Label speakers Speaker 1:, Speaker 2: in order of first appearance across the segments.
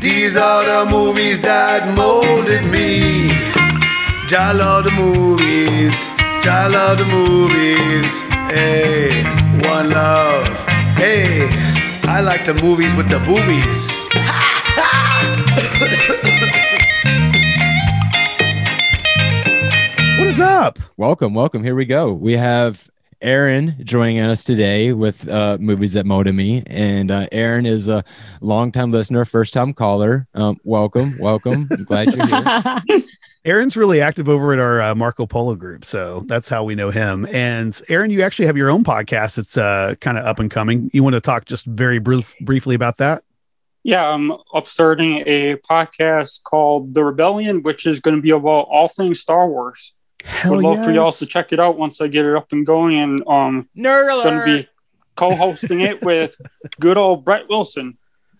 Speaker 1: These are the movies that molded me. I love the movies. I love the movies. Hey, one love. Hey, I like the movies with the boobies.
Speaker 2: What is up?
Speaker 3: Welcome, welcome. Here we go. We have Aaron joining us today with uh, movies that molded me, and uh, Aaron is a longtime listener, first time caller. Um, welcome, welcome. I'm glad you're here.
Speaker 2: Aaron's really active over at our uh, Marco Polo group, so that's how we know him. And Aaron, you actually have your own podcast. It's uh, kind of up and coming. You want to talk just very brief- briefly about that?
Speaker 4: Yeah, I'm up starting a podcast called The Rebellion, which is going to be about all things Star Wars.
Speaker 2: Hell
Speaker 4: Would love for y'all
Speaker 2: yes.
Speaker 4: to check it out once I get it up and going, and um,
Speaker 3: Nerd
Speaker 4: going to be co-hosting it with good old Brett Wilson.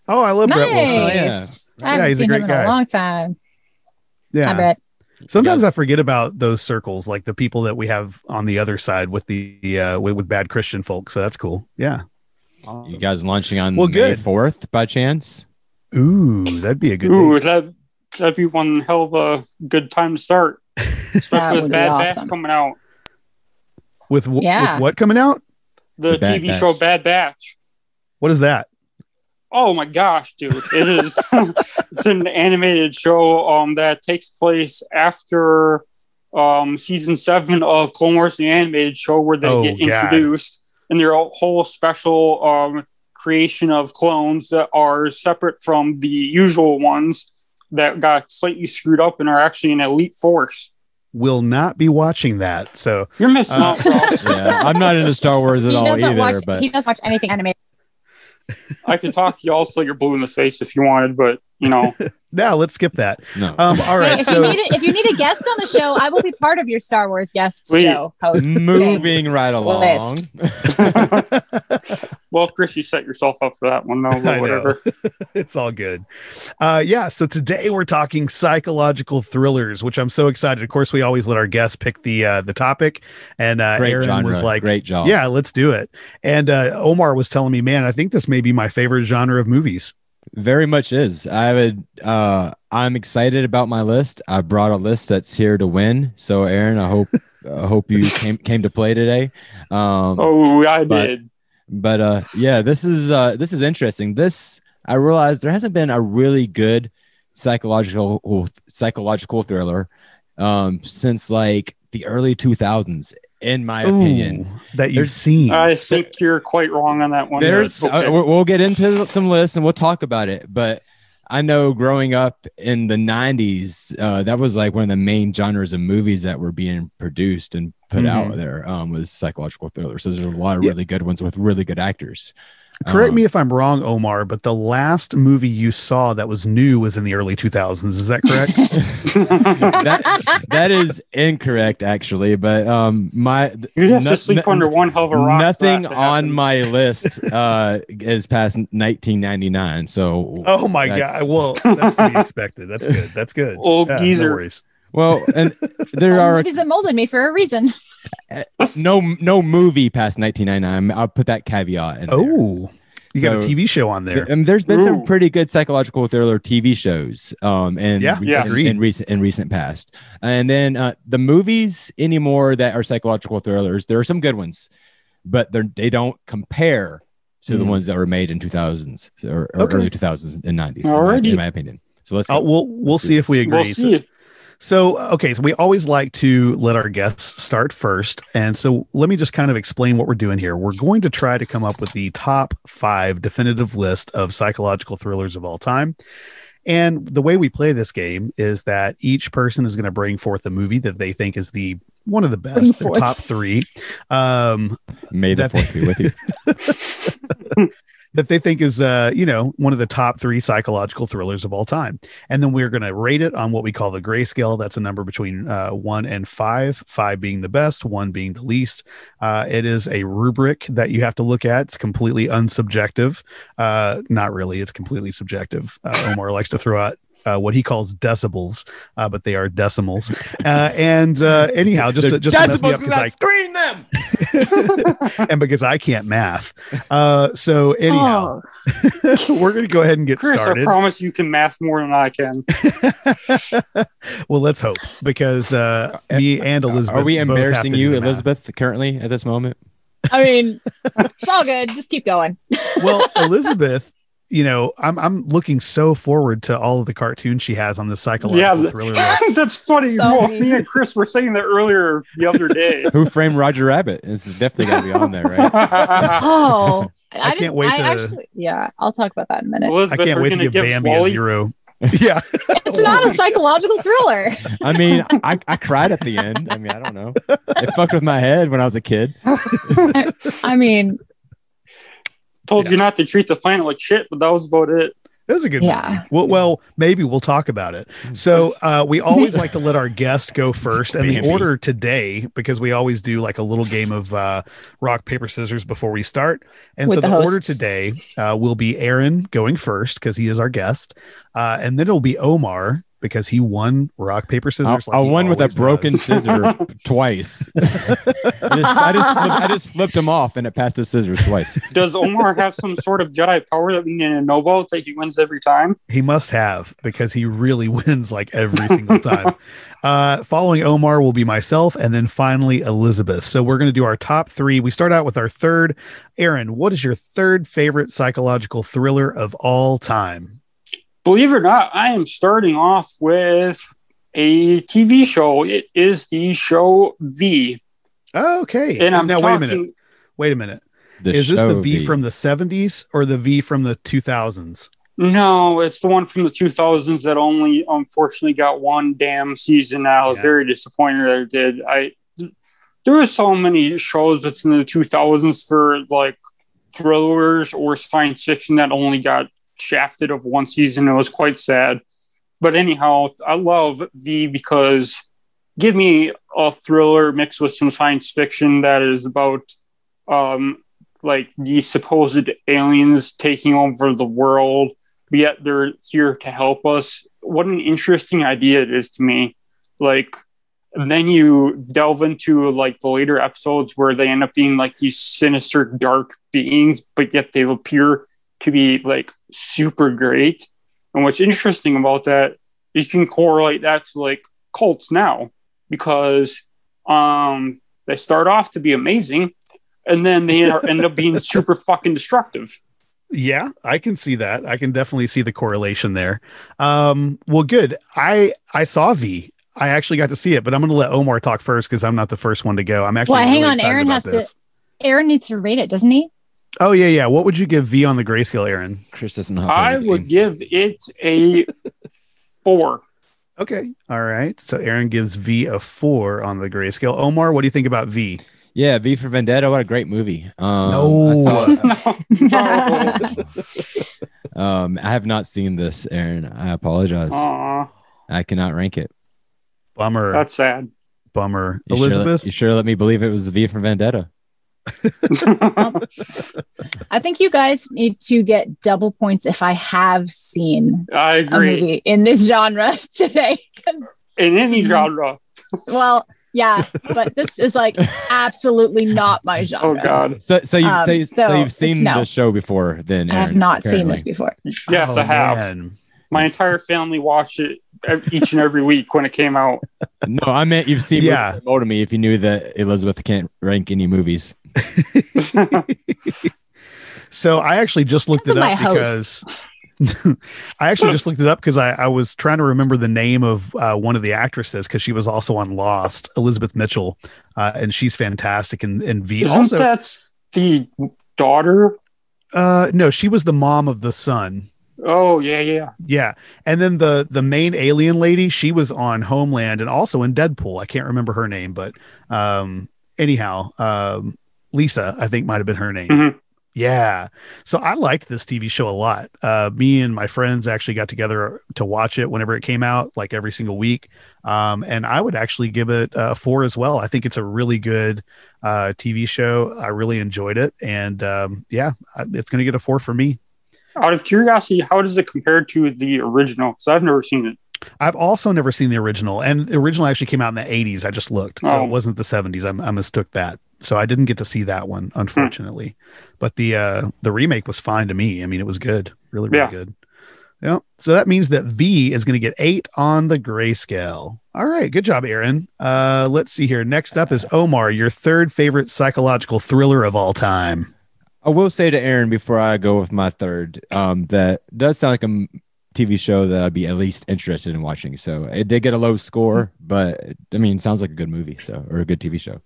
Speaker 2: Oh, I love Brett Wilson.
Speaker 3: Wilson.
Speaker 5: Nice. I haven't
Speaker 2: Yeah, he's a
Speaker 5: seen
Speaker 2: great
Speaker 5: him
Speaker 2: guy.
Speaker 5: in a long time. I
Speaker 2: Yeah.
Speaker 5: bet.
Speaker 2: Sometimes I forget about those circles, like the people that we have on the other side with the uh, with, with bad Christian folk. So that's cool. Yeah.
Speaker 3: You guys launching on
Speaker 2: Well,
Speaker 3: May
Speaker 2: good.
Speaker 3: fourth by chance?
Speaker 2: Ooh, that'd be a good.
Speaker 4: Ooh,
Speaker 2: date.
Speaker 4: that that'd be one hell of a good time to start,
Speaker 5: That
Speaker 4: especially
Speaker 5: would
Speaker 4: with
Speaker 5: be
Speaker 4: Bad
Speaker 5: awesome.
Speaker 4: Batch coming out.
Speaker 2: With, w-
Speaker 5: Yeah.
Speaker 2: with what coming out?
Speaker 4: The
Speaker 3: Bad
Speaker 4: TV
Speaker 3: Batch.
Speaker 4: show Bad Batch.
Speaker 2: What is that?
Speaker 4: Oh my gosh, dude! It is. it's an animated show um, that takes place after um, season seven of Clone Wars, the animated show, where they
Speaker 2: Oh,
Speaker 4: get
Speaker 2: God.
Speaker 4: introduced, and their whole special um, creation of clones that are separate from the usual ones that got slightly screwed up and are actually an elite force.
Speaker 2: Will not be watching that. So
Speaker 4: You're missing
Speaker 2: Uh,
Speaker 4: out, bro.
Speaker 3: Yeah, I'm not into Star Wars
Speaker 5: He
Speaker 3: at all
Speaker 5: doesn't
Speaker 3: either,
Speaker 5: watch.
Speaker 3: but
Speaker 5: He doesn't watch anything animated.
Speaker 4: I could talk to y'all so you're blue in the face if you wanted, but you know,
Speaker 2: now let's skip that.
Speaker 3: no.
Speaker 2: Um, all
Speaker 5: Hey,
Speaker 2: right.
Speaker 5: if
Speaker 2: so
Speaker 5: you need a, if you need a guest on the show, I will be part of your Star Wars guest
Speaker 4: Sweet.
Speaker 5: show host. thing.
Speaker 3: Moving right along.
Speaker 5: List.
Speaker 4: well, Chris, you set yourself up for that one though.
Speaker 2: I know.
Speaker 4: But whatever.
Speaker 2: it's all good. Uh, yeah. So today we're talking psychological thrillers, which I'm so excited. Of course, we always let our guests pick the uh, the topic, and uh,
Speaker 3: Great
Speaker 2: Aaron
Speaker 3: genre.
Speaker 2: was like,
Speaker 3: Great job.
Speaker 2: "Yeah, let's do it." And uh, Omar was telling me, "Man, I think this may be my favorite genre of movies."
Speaker 3: Very much is. I would uh I'm excited about my list. I brought a list that's here to win. So Aaron, I hope I hope you came came to play today. Um
Speaker 4: Oh, I
Speaker 3: But-
Speaker 4: did.
Speaker 3: but uh yeah, this is uh this is interesting. This I realized there hasn't been a really good psychological psychological thriller um since like the early 2000s in my opinion.
Speaker 2: Ooh, that you've
Speaker 3: There's-
Speaker 2: seen.
Speaker 4: I think you're quite wrong on that one.
Speaker 3: There's,
Speaker 4: That's okay.
Speaker 3: uh, we'll we'll get into some lists and we'll talk about it. But I know growing up in the 90s, uh, that was like one of the main genres of movies that were being produced and put out there um, was psychological thrillers. So there's a lot of
Speaker 2: Mm-hmm. Yeah.
Speaker 3: really good ones with really good actors.
Speaker 2: Correct
Speaker 3: Um,
Speaker 2: me if I'm wrong, Omar, but the last movie you saw that was new was in the early 2000s. Is that correct?
Speaker 3: uh, Um, that, that is incorrect, actually. But um, my
Speaker 4: you have
Speaker 3: no-
Speaker 4: to sleep
Speaker 3: no-
Speaker 4: under one hell of a rock. for
Speaker 3: Nothing
Speaker 4: that to
Speaker 3: on
Speaker 4: happen.
Speaker 3: my list uh, is past 1999. So
Speaker 2: oh my
Speaker 3: That's-
Speaker 2: god! Well, that's to be expected. That's good. That's good.
Speaker 4: Old
Speaker 2: Yeah, no
Speaker 4: geezer.
Speaker 2: worries.
Speaker 3: well, and there
Speaker 5: All
Speaker 3: are
Speaker 5: movies that molded me for a reason.
Speaker 3: no no movie past 1999. I'll put that caveat in. there.
Speaker 2: Oh, you got a
Speaker 3: So-
Speaker 2: TV show on there.
Speaker 3: I mean, there's been some
Speaker 4: Ooh.
Speaker 3: pretty good psychological thriller TV shows, um, and
Speaker 2: Yeah,
Speaker 4: Yeah.
Speaker 3: in, in recent in recent past, and then uh, the movies anymore that are psychological thrillers. There are some good ones, but they're they don't compare to the
Speaker 2: Mm.
Speaker 3: ones that were made in 2000s or, or
Speaker 2: Okay.
Speaker 3: early 2000s and 90s. in my-
Speaker 4: Alrighty.
Speaker 3: in my opinion. So let's
Speaker 2: Uh,
Speaker 3: go.
Speaker 2: we'll we'll see if we agree.
Speaker 4: We'll
Speaker 2: So-
Speaker 4: see.
Speaker 2: So, okay, so we always like to let our guests start first. And so, let me just kind of explain what we're doing here. We're going to try to come up with the top five definitive list of psychological thrillers of all time. And the way we play this game is that each person is going to bring forth a movie that they think is the one of the
Speaker 5: Bring
Speaker 2: best, their
Speaker 5: forth.
Speaker 2: top three. Um,
Speaker 3: May the
Speaker 2: that-
Speaker 3: fourth be with you.
Speaker 2: that they think is uh you know one of the top three psychological thrillers of all time and then we're going to rate it on what we call the grayscale that's a number between uh, one and five five being the best one being the least uh, it is a rubric that you have to look at it's completely unsubjective uh, not really it's completely subjective uh, omar likes to throw out uh, what he calls decibels, uh, but they are decimals. Uh, and uh, anyhow, just to, just to mess me up, 'cause I-
Speaker 3: screamed
Speaker 6: them.
Speaker 2: and because I can't math. Uh, so anyhow,
Speaker 5: Oh,
Speaker 2: we're gonna go ahead and get
Speaker 4: Chris, I
Speaker 2: started.
Speaker 4: promise you can math more than I can.
Speaker 2: well, let's hope because uh, me and Elizabeth
Speaker 3: Are we
Speaker 2: both have
Speaker 3: embarrassing
Speaker 2: to
Speaker 3: you,
Speaker 2: do math.
Speaker 3: Elizabeth, currently at this moment?
Speaker 5: I mean, it's all good. Just keep going.
Speaker 2: well, Elizabeth, you know, I'm I'm looking so forward to all of the cartoons she has on the psychological
Speaker 4: Yeah,
Speaker 2: thriller list.
Speaker 4: That's funny.
Speaker 5: So
Speaker 4: Both
Speaker 5: many.
Speaker 4: me and Chris were saying that earlier the other day.
Speaker 3: Who framed Roger Rabbit? This is definitely got to be on there, right?
Speaker 4: Elizabeth,
Speaker 5: Oh, I,
Speaker 2: can't
Speaker 5: didn't-
Speaker 2: wait
Speaker 5: I
Speaker 2: to-
Speaker 5: actually, yeah, I'll talk about that in a minute.
Speaker 2: I can't
Speaker 4: we're
Speaker 2: wait to
Speaker 4: gonna
Speaker 2: give Bambi a
Speaker 4: Wally-
Speaker 2: zero. Yeah,
Speaker 5: It's not a psychological thriller.
Speaker 3: I mean, I, I cried at the end. I mean, I don't know. It fucked with my head when I was a kid.
Speaker 5: I mean,
Speaker 4: told you not to treat the planet like shit, but that was about it.
Speaker 2: that was a good
Speaker 5: Yeah.
Speaker 2: movie. Well, well, maybe we'll talk about it. So uh, we always like to let our guest go first, and the
Speaker 3: Bambi.
Speaker 2: order today because we always do like a little game of uh, rock paper scissors before we start. And
Speaker 5: With
Speaker 2: so the,
Speaker 5: the
Speaker 2: order
Speaker 5: hosts.
Speaker 2: today uh, will be Aaron going first because he is our guest, uh, and then it'll be Omar because he won rock paper
Speaker 3: I,
Speaker 2: scissors.
Speaker 3: I
Speaker 2: he
Speaker 3: won with a
Speaker 2: always does.
Speaker 3: broken scissor twice. I just, I, just flipped, I just flipped him off and it passed the scissors twice.
Speaker 4: Does Omar have some sort of Jedi power that we need to know about that he wins every time?
Speaker 2: He must have because he really wins like every single time. uh, following Omar will be myself and then finally Elizabeth. So we're going to do our top three. We start out with our third. Aaron, what is your third favorite psychological thriller of all time?
Speaker 4: Believe it or not, I am starting off with a TV show. It is the show V.
Speaker 2: Okay.
Speaker 4: And I'm
Speaker 2: now,
Speaker 4: talking,
Speaker 2: wait a minute. Wait a minute.
Speaker 3: The
Speaker 2: is this the
Speaker 3: show
Speaker 2: V from the 70s or the V from the 2000s?
Speaker 4: No, it's the one from the 2000s that only unfortunately got one damn season. I was
Speaker 2: Yeah.
Speaker 4: very disappointed that it did. I there were so many shows that's in the 2000s for like thrillers or science fiction that only got shafted of one season. It was quite sad. But anyhow, I love V because give me a thriller mixed with some science fiction that is about um, like the supposed aliens taking over the world, but yet they're here to help us. What an interesting idea it is to me. Like, and then you delve into like the later episodes where they end up being like these sinister, dark beings, but yet they appear to be like super great. And what's interesting about that is you can correlate that to like cults now because um, they start off to be amazing and then they are, end up being super fucking destructive.
Speaker 2: Yeah, I can see that. I can definitely see the correlation there. Um, well, good. I I saw V. I actually got to see it, but I'm going to let Omar talk first because I'm not the first one to go. I'm actually.
Speaker 5: Well, hang
Speaker 2: really
Speaker 5: on,
Speaker 2: excited
Speaker 5: Aaron
Speaker 2: about
Speaker 5: has to-
Speaker 2: this.
Speaker 5: Aaron needs to rate it, doesn't he?
Speaker 2: Oh yeah, yeah. What would you give V on the grayscale, Aaron?
Speaker 3: Chris doesn't hop
Speaker 4: I
Speaker 3: in the
Speaker 4: would
Speaker 3: game.
Speaker 4: give it a four.
Speaker 2: Okay, all right. So Aaron gives V a four on the grayscale. Omar, what do you think about V?
Speaker 3: Yeah, V for Vendetta. What a great movie. Um,
Speaker 2: No.
Speaker 3: I saw-
Speaker 4: No, no.
Speaker 3: um, I have not seen this, Aaron. I apologize.
Speaker 4: Aw,
Speaker 3: I cannot rank it.
Speaker 2: Bummer,
Speaker 4: that's sad.
Speaker 2: bummer.
Speaker 3: You sure let-
Speaker 2: Elizabeth,
Speaker 3: you sure let me believe it was V for Vendetta?
Speaker 5: I think you guys need to get double points if I have seen
Speaker 4: I
Speaker 5: a
Speaker 4: agree.
Speaker 5: movie in this genre today. 'Cause,
Speaker 4: In any genre.
Speaker 5: well, yeah, but this is like absolutely not my genre.
Speaker 4: Oh God.
Speaker 3: So, so you
Speaker 5: Um,
Speaker 3: say so,
Speaker 5: so
Speaker 3: you've seen
Speaker 5: it's no.
Speaker 3: the show before, then?
Speaker 5: I have
Speaker 3: Aaron,
Speaker 5: not seen
Speaker 3: apparently.
Speaker 5: this before.
Speaker 4: Yes,
Speaker 2: Oh,
Speaker 4: I have.
Speaker 2: man.
Speaker 4: My entire family watched it ev- each and every week when it came out.
Speaker 3: No, I meant you've seen.
Speaker 2: Yeah.
Speaker 3: Yeah, to me if you knew that Elizabeth can't rank any movies.
Speaker 2: So I actually just looked it
Speaker 5: Look at
Speaker 2: up
Speaker 5: my
Speaker 2: because I actually just looked it up because I, I was trying to remember the name of uh, one of the actresses because she was also on Lost, Elizabeth Mitchell, uh, and she's fantastic. And and V
Speaker 4: Isn't
Speaker 2: also,
Speaker 4: that the daughter?
Speaker 2: uh, no, she was the mom of the son.
Speaker 4: Oh yeah, yeah.
Speaker 2: Yeah, and then the the main alien lady, she was on Homeland and also in Deadpool. I can't remember her name, but um, anyhow, um, Lisa, I think might have been her name.
Speaker 4: Mhm.
Speaker 2: Yeah, so I liked this TV show a lot. Uh, me and my friends actually got together to watch it whenever it came out, like every single week. Um, and I would actually give it a four as well. I think it's a really good uh, TV show. I really enjoyed it, and um, yeah, I- it's going to get a four for me.
Speaker 4: Out of curiosity, how does it compare to the original? Because I've never seen it.
Speaker 2: I've also never seen the original, and the original actually came out in the 80s. I just looked, so
Speaker 4: Oh.
Speaker 2: it wasn't the 70s. I'm- I, mistook that, so I didn't get to see that one, unfortunately.
Speaker 4: Hmm.
Speaker 2: But the uh, the remake was fine to me. I mean, it was good, really, really
Speaker 4: Yeah.
Speaker 2: good. Yeah. So that means that V is going to get eight on the grayscale. All right, good job, Aaron. Uh, let's see here. Next up is Omar, your third favorite psychological thriller of all time.
Speaker 3: I will say to Aaron before I go with my third, um, that does sound like a m- TV show that I'd be at least interested in watching. So it did get a low score, but I mean, it sounds like a good movie, so or a good TV show.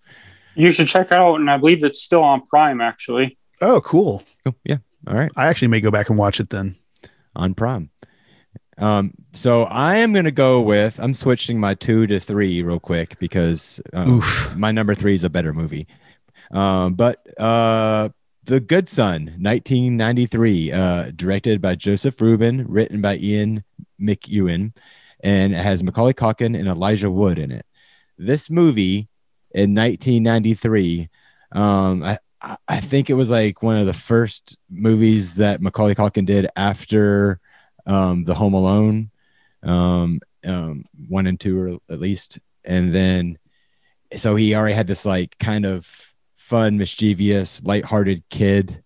Speaker 4: You should check it out, and I believe it's still on Prime. Actually,
Speaker 2: Oh, cool.
Speaker 3: Cool. Yeah. All right.
Speaker 2: I actually may go back and watch it then.
Speaker 3: on prom. Um, so I am gonna go with I'm switching my two to three real quick because um,
Speaker 2: Oof.
Speaker 3: my number three is a better movie. Um, but uh, The Good Son, 1993, uh, directed by Joseph Rubin, written by Ian McEwan, and it has Macaulay Culkin and Elijah Wood in it. This movie in 1993, um, I, I- I think it was like one of the first movies that Macaulay Culkin did after um, The Home Alone, um, um, one and two, or at least. And then, so he already had this like kind of fun, mischievous, lighthearted kid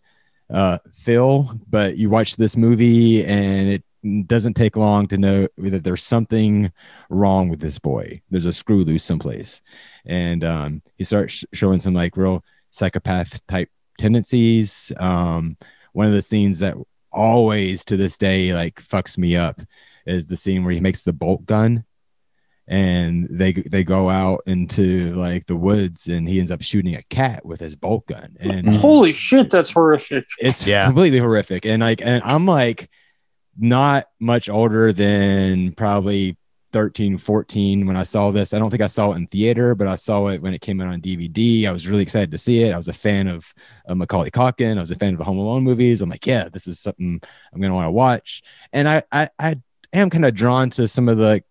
Speaker 3: uh, feel. But you watch this movie, and it doesn't take long to know that there's something wrong with this boy. There's a screw loose someplace, and um, he starts sh- showing some like real psychopath type tendencies. Um, one of the scenes that always to this day like fucks me up is the scene where he makes the bolt gun and they they go out into like the woods and he ends up shooting a cat with his bolt gun and
Speaker 2: Mm-hmm.
Speaker 4: holy shit, that's horrific.
Speaker 3: it's
Speaker 2: Yeah.
Speaker 3: completely horrific and like and i'm like not much older than probably 13 14 when i saw this i don't think i saw it in theater but i saw it when it came out on dvd i was really excited to see it i was a fan of, of macaulay Culkin. i was a fan of the home alone movies i'm like yeah this is something i'm gonna want to watch and i i, I am kind of drawn to some of the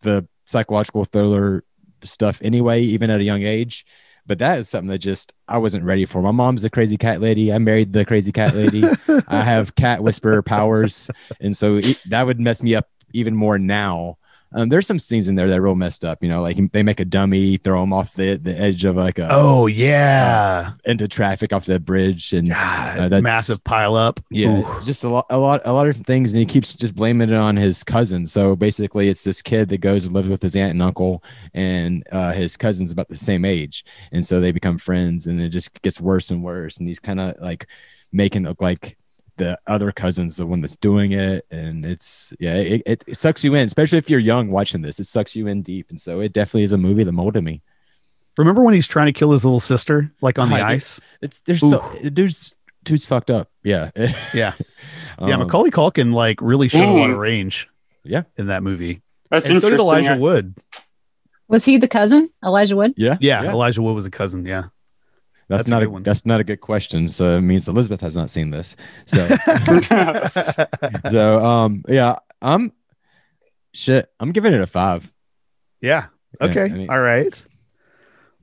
Speaker 3: the psychological thriller stuff anyway even at a young age but that is something that just I wasn't ready for. My mom's a crazy cat lady. I married the crazy cat lady. I have cat whisperer powers, and so it, that would mess me up even more now. Um, there's some scenes in there that are real messed up. You know, like they make a dummy, throw him off the the edge of like a
Speaker 2: oh yeah.
Speaker 3: into traffic off the bridge, and
Speaker 2: God,
Speaker 3: Uh, that's-
Speaker 2: massive pile up.
Speaker 3: yeah,
Speaker 2: Ooh.
Speaker 3: just a lot, a lot, a lot of different things, and he keeps just blaming it on his cousin. So basically, it's this kid that goes and lives with his aunt and uncle, and uh, his cousin's about the same age, and so they become friends, and it just gets worse and worse. And he's kind of like making it look like the other cousin's the one that's doing it, and it's yeah, it, it, it sucks you in, especially if you're young watching this. It sucks you in deep, and so it definitely is a movie that molded me.
Speaker 2: Remember when he's trying to kill his little sister, like on the
Speaker 3: I do.
Speaker 2: ice?
Speaker 3: It's there's so dude's dude's fucked up. Yeah,
Speaker 2: Yeah. yeah,
Speaker 3: Um,
Speaker 2: Macaulay Culkin like really showed a lot of
Speaker 4: Ooh.
Speaker 2: range.
Speaker 3: Yeah.
Speaker 2: in that movie,
Speaker 4: That's
Speaker 2: and so
Speaker 4: interesting.
Speaker 2: did Elijah
Speaker 4: I-
Speaker 2: Wood.
Speaker 5: Was he the cousin, Elijah Wood?
Speaker 3: Yeah,
Speaker 2: Yeah, Elijah Wood was a cousin. Yeah, That's
Speaker 3: That's,
Speaker 2: a
Speaker 3: not
Speaker 2: good
Speaker 3: a,
Speaker 2: one.
Speaker 3: that's not a good question. So it means Elizabeth has not seen this. So so um yeah I'm shit I'm giving it a five.
Speaker 2: yeah.
Speaker 3: Yeah,
Speaker 2: Okay,
Speaker 3: I mean-
Speaker 2: all right.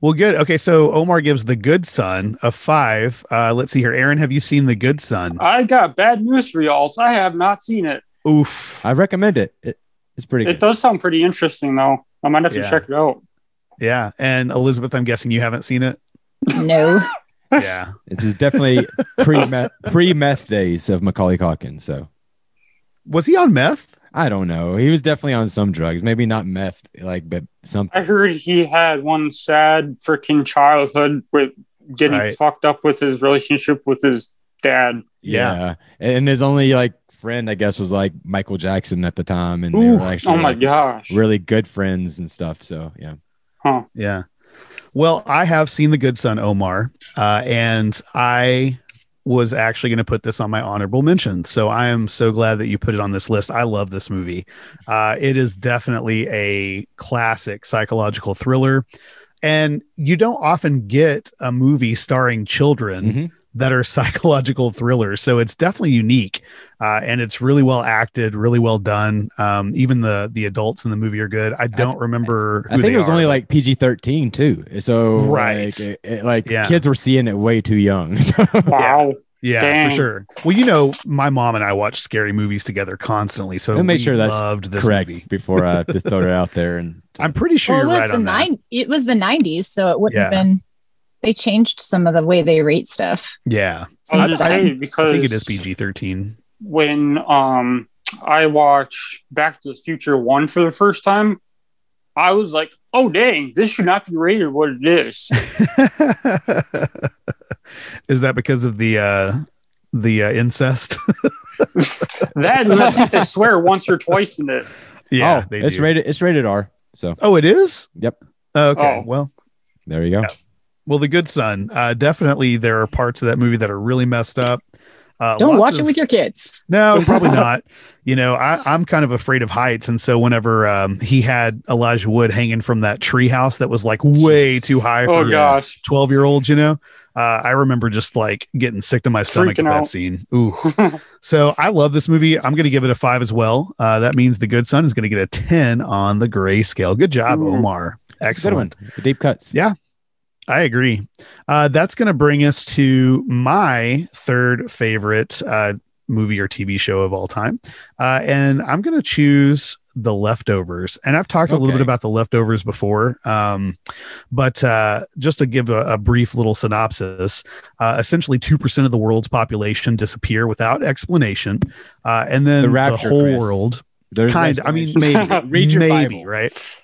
Speaker 2: Well, good. Okay, so Omar gives The Good Son a five. Uh, let's see here, Aaron. Have you seen The Good Son?
Speaker 4: I got bad news for y'all. so I have not seen it.
Speaker 2: Oof.
Speaker 3: I recommend it. it it's pretty
Speaker 4: It
Speaker 3: good.
Speaker 4: does sound pretty interesting, though. I might have to
Speaker 2: Yeah.
Speaker 4: check it out.
Speaker 2: Yeah, and Elizabeth, I'm guessing you haven't seen it.
Speaker 5: No.
Speaker 2: Yeah.
Speaker 3: This is definitely pre meth pre meth days of Macaulay Calkin. So
Speaker 2: was he on meth?
Speaker 3: I don't know. He was definitely on some drugs. Maybe not meth, like but some
Speaker 4: I heard he had one sad freaking childhood with getting
Speaker 2: Right.
Speaker 4: fucked up with his relationship with his dad.
Speaker 2: Yeah.
Speaker 3: And his only like friend I guess was like Michael Jackson at the time, and they
Speaker 4: Ooh,
Speaker 3: were actually
Speaker 4: oh my
Speaker 3: like,
Speaker 4: gosh.
Speaker 3: really good friends and stuff. So yeah.
Speaker 4: Huh.
Speaker 2: Yeah. Well, I have seen The Good Son, Omar, uh, and I was actually going to put this on my honorable mention. So I am so glad that you put it on this list. I love this movie. Uh, it is definitely a classic psychological thriller. And you don't often get a movie starring children
Speaker 3: Mhm.
Speaker 2: that are psychological thrillers. So it's definitely unique, uh, and it's really well acted, really well done. Um, even the the adults in the movie are good. I don't remember.
Speaker 3: I
Speaker 2: who
Speaker 3: think
Speaker 2: they
Speaker 3: it was
Speaker 2: are,
Speaker 3: only
Speaker 2: but-
Speaker 3: like PG thirteen too. So
Speaker 2: Right.
Speaker 3: like, it- it- like
Speaker 2: Yeah.
Speaker 3: kids were seeing it way too young. So
Speaker 4: Wow.
Speaker 2: Yeah,
Speaker 4: Dang.
Speaker 2: for sure. Well, you know, my mom and I watch scary movies together constantly, so
Speaker 3: Let me make
Speaker 2: we
Speaker 3: sure that's
Speaker 2: loved this
Speaker 3: Correct.
Speaker 2: movie.
Speaker 3: Before I just throw it out there, and
Speaker 2: I'm pretty sure
Speaker 5: well, it
Speaker 2: you're
Speaker 5: was
Speaker 2: right
Speaker 5: the
Speaker 2: on that.
Speaker 5: nine. It was the '90s, so it wouldn't
Speaker 2: Yeah.
Speaker 5: have been. They changed some of the way they rate stuff.
Speaker 2: Yeah,
Speaker 4: I was
Speaker 5: since
Speaker 4: just
Speaker 5: then.
Speaker 4: saying
Speaker 2: I
Speaker 4: because
Speaker 2: think it is PG-13.
Speaker 4: when um I watched Back to the Future One for the first time, I was like, "Oh dang, this should not be rated what it is."
Speaker 2: is that because of the uh the uh, incest?
Speaker 4: that and I think they swear once or twice in it.
Speaker 2: yeah,
Speaker 3: oh,
Speaker 2: they
Speaker 3: it's
Speaker 2: do.
Speaker 3: rated it's rated R. So
Speaker 2: oh, it is.
Speaker 3: Yep.
Speaker 2: Okay.
Speaker 4: Oh.
Speaker 2: Well,
Speaker 3: there you go.
Speaker 2: Yeah. well, the good son. Uh, definitely, there are parts of that movie that are really messed up. Uh,
Speaker 5: Don't
Speaker 2: lots
Speaker 5: watch
Speaker 2: of-
Speaker 5: it with your kids.
Speaker 2: No, probably not. You know, I, I'm kind of afraid of heights, and so whenever um, he had Elijah Wood hanging from that tree house that was like way too high
Speaker 4: Oh
Speaker 2: for
Speaker 4: gosh,
Speaker 2: twelve year olds, you know, uh, I remember just like getting sick to my stomach
Speaker 4: Freaking
Speaker 2: at that
Speaker 4: out.
Speaker 2: scene. Ooh, so I love this movie. I'm going to give it a five as well. Uh, that means the good son is going to get a ten on the gray scale. Good job,
Speaker 4: Ooh.
Speaker 2: Omar.
Speaker 3: It's a good one.
Speaker 2: Excellent.
Speaker 3: The deep cuts.
Speaker 2: Yeah. I agree. Uh, that's going to bring us to my third favorite uh, movie or TV show of all time. Uh, and I'm going to choose The Leftovers. And I've talked a little
Speaker 3: Okay.
Speaker 2: bit about The Leftovers before. Um, but uh, just to give a, a brief little synopsis uh, essentially, 2% of the world's population disappear without explanation. Uh, and then
Speaker 3: The
Speaker 2: the,
Speaker 3: rapture,
Speaker 2: whole
Speaker 3: Chris.
Speaker 2: world,
Speaker 3: There's
Speaker 2: kind I mean,
Speaker 3: explanation.
Speaker 2: maybe,
Speaker 3: Read your
Speaker 2: maybe,
Speaker 3: Bible.
Speaker 2: right?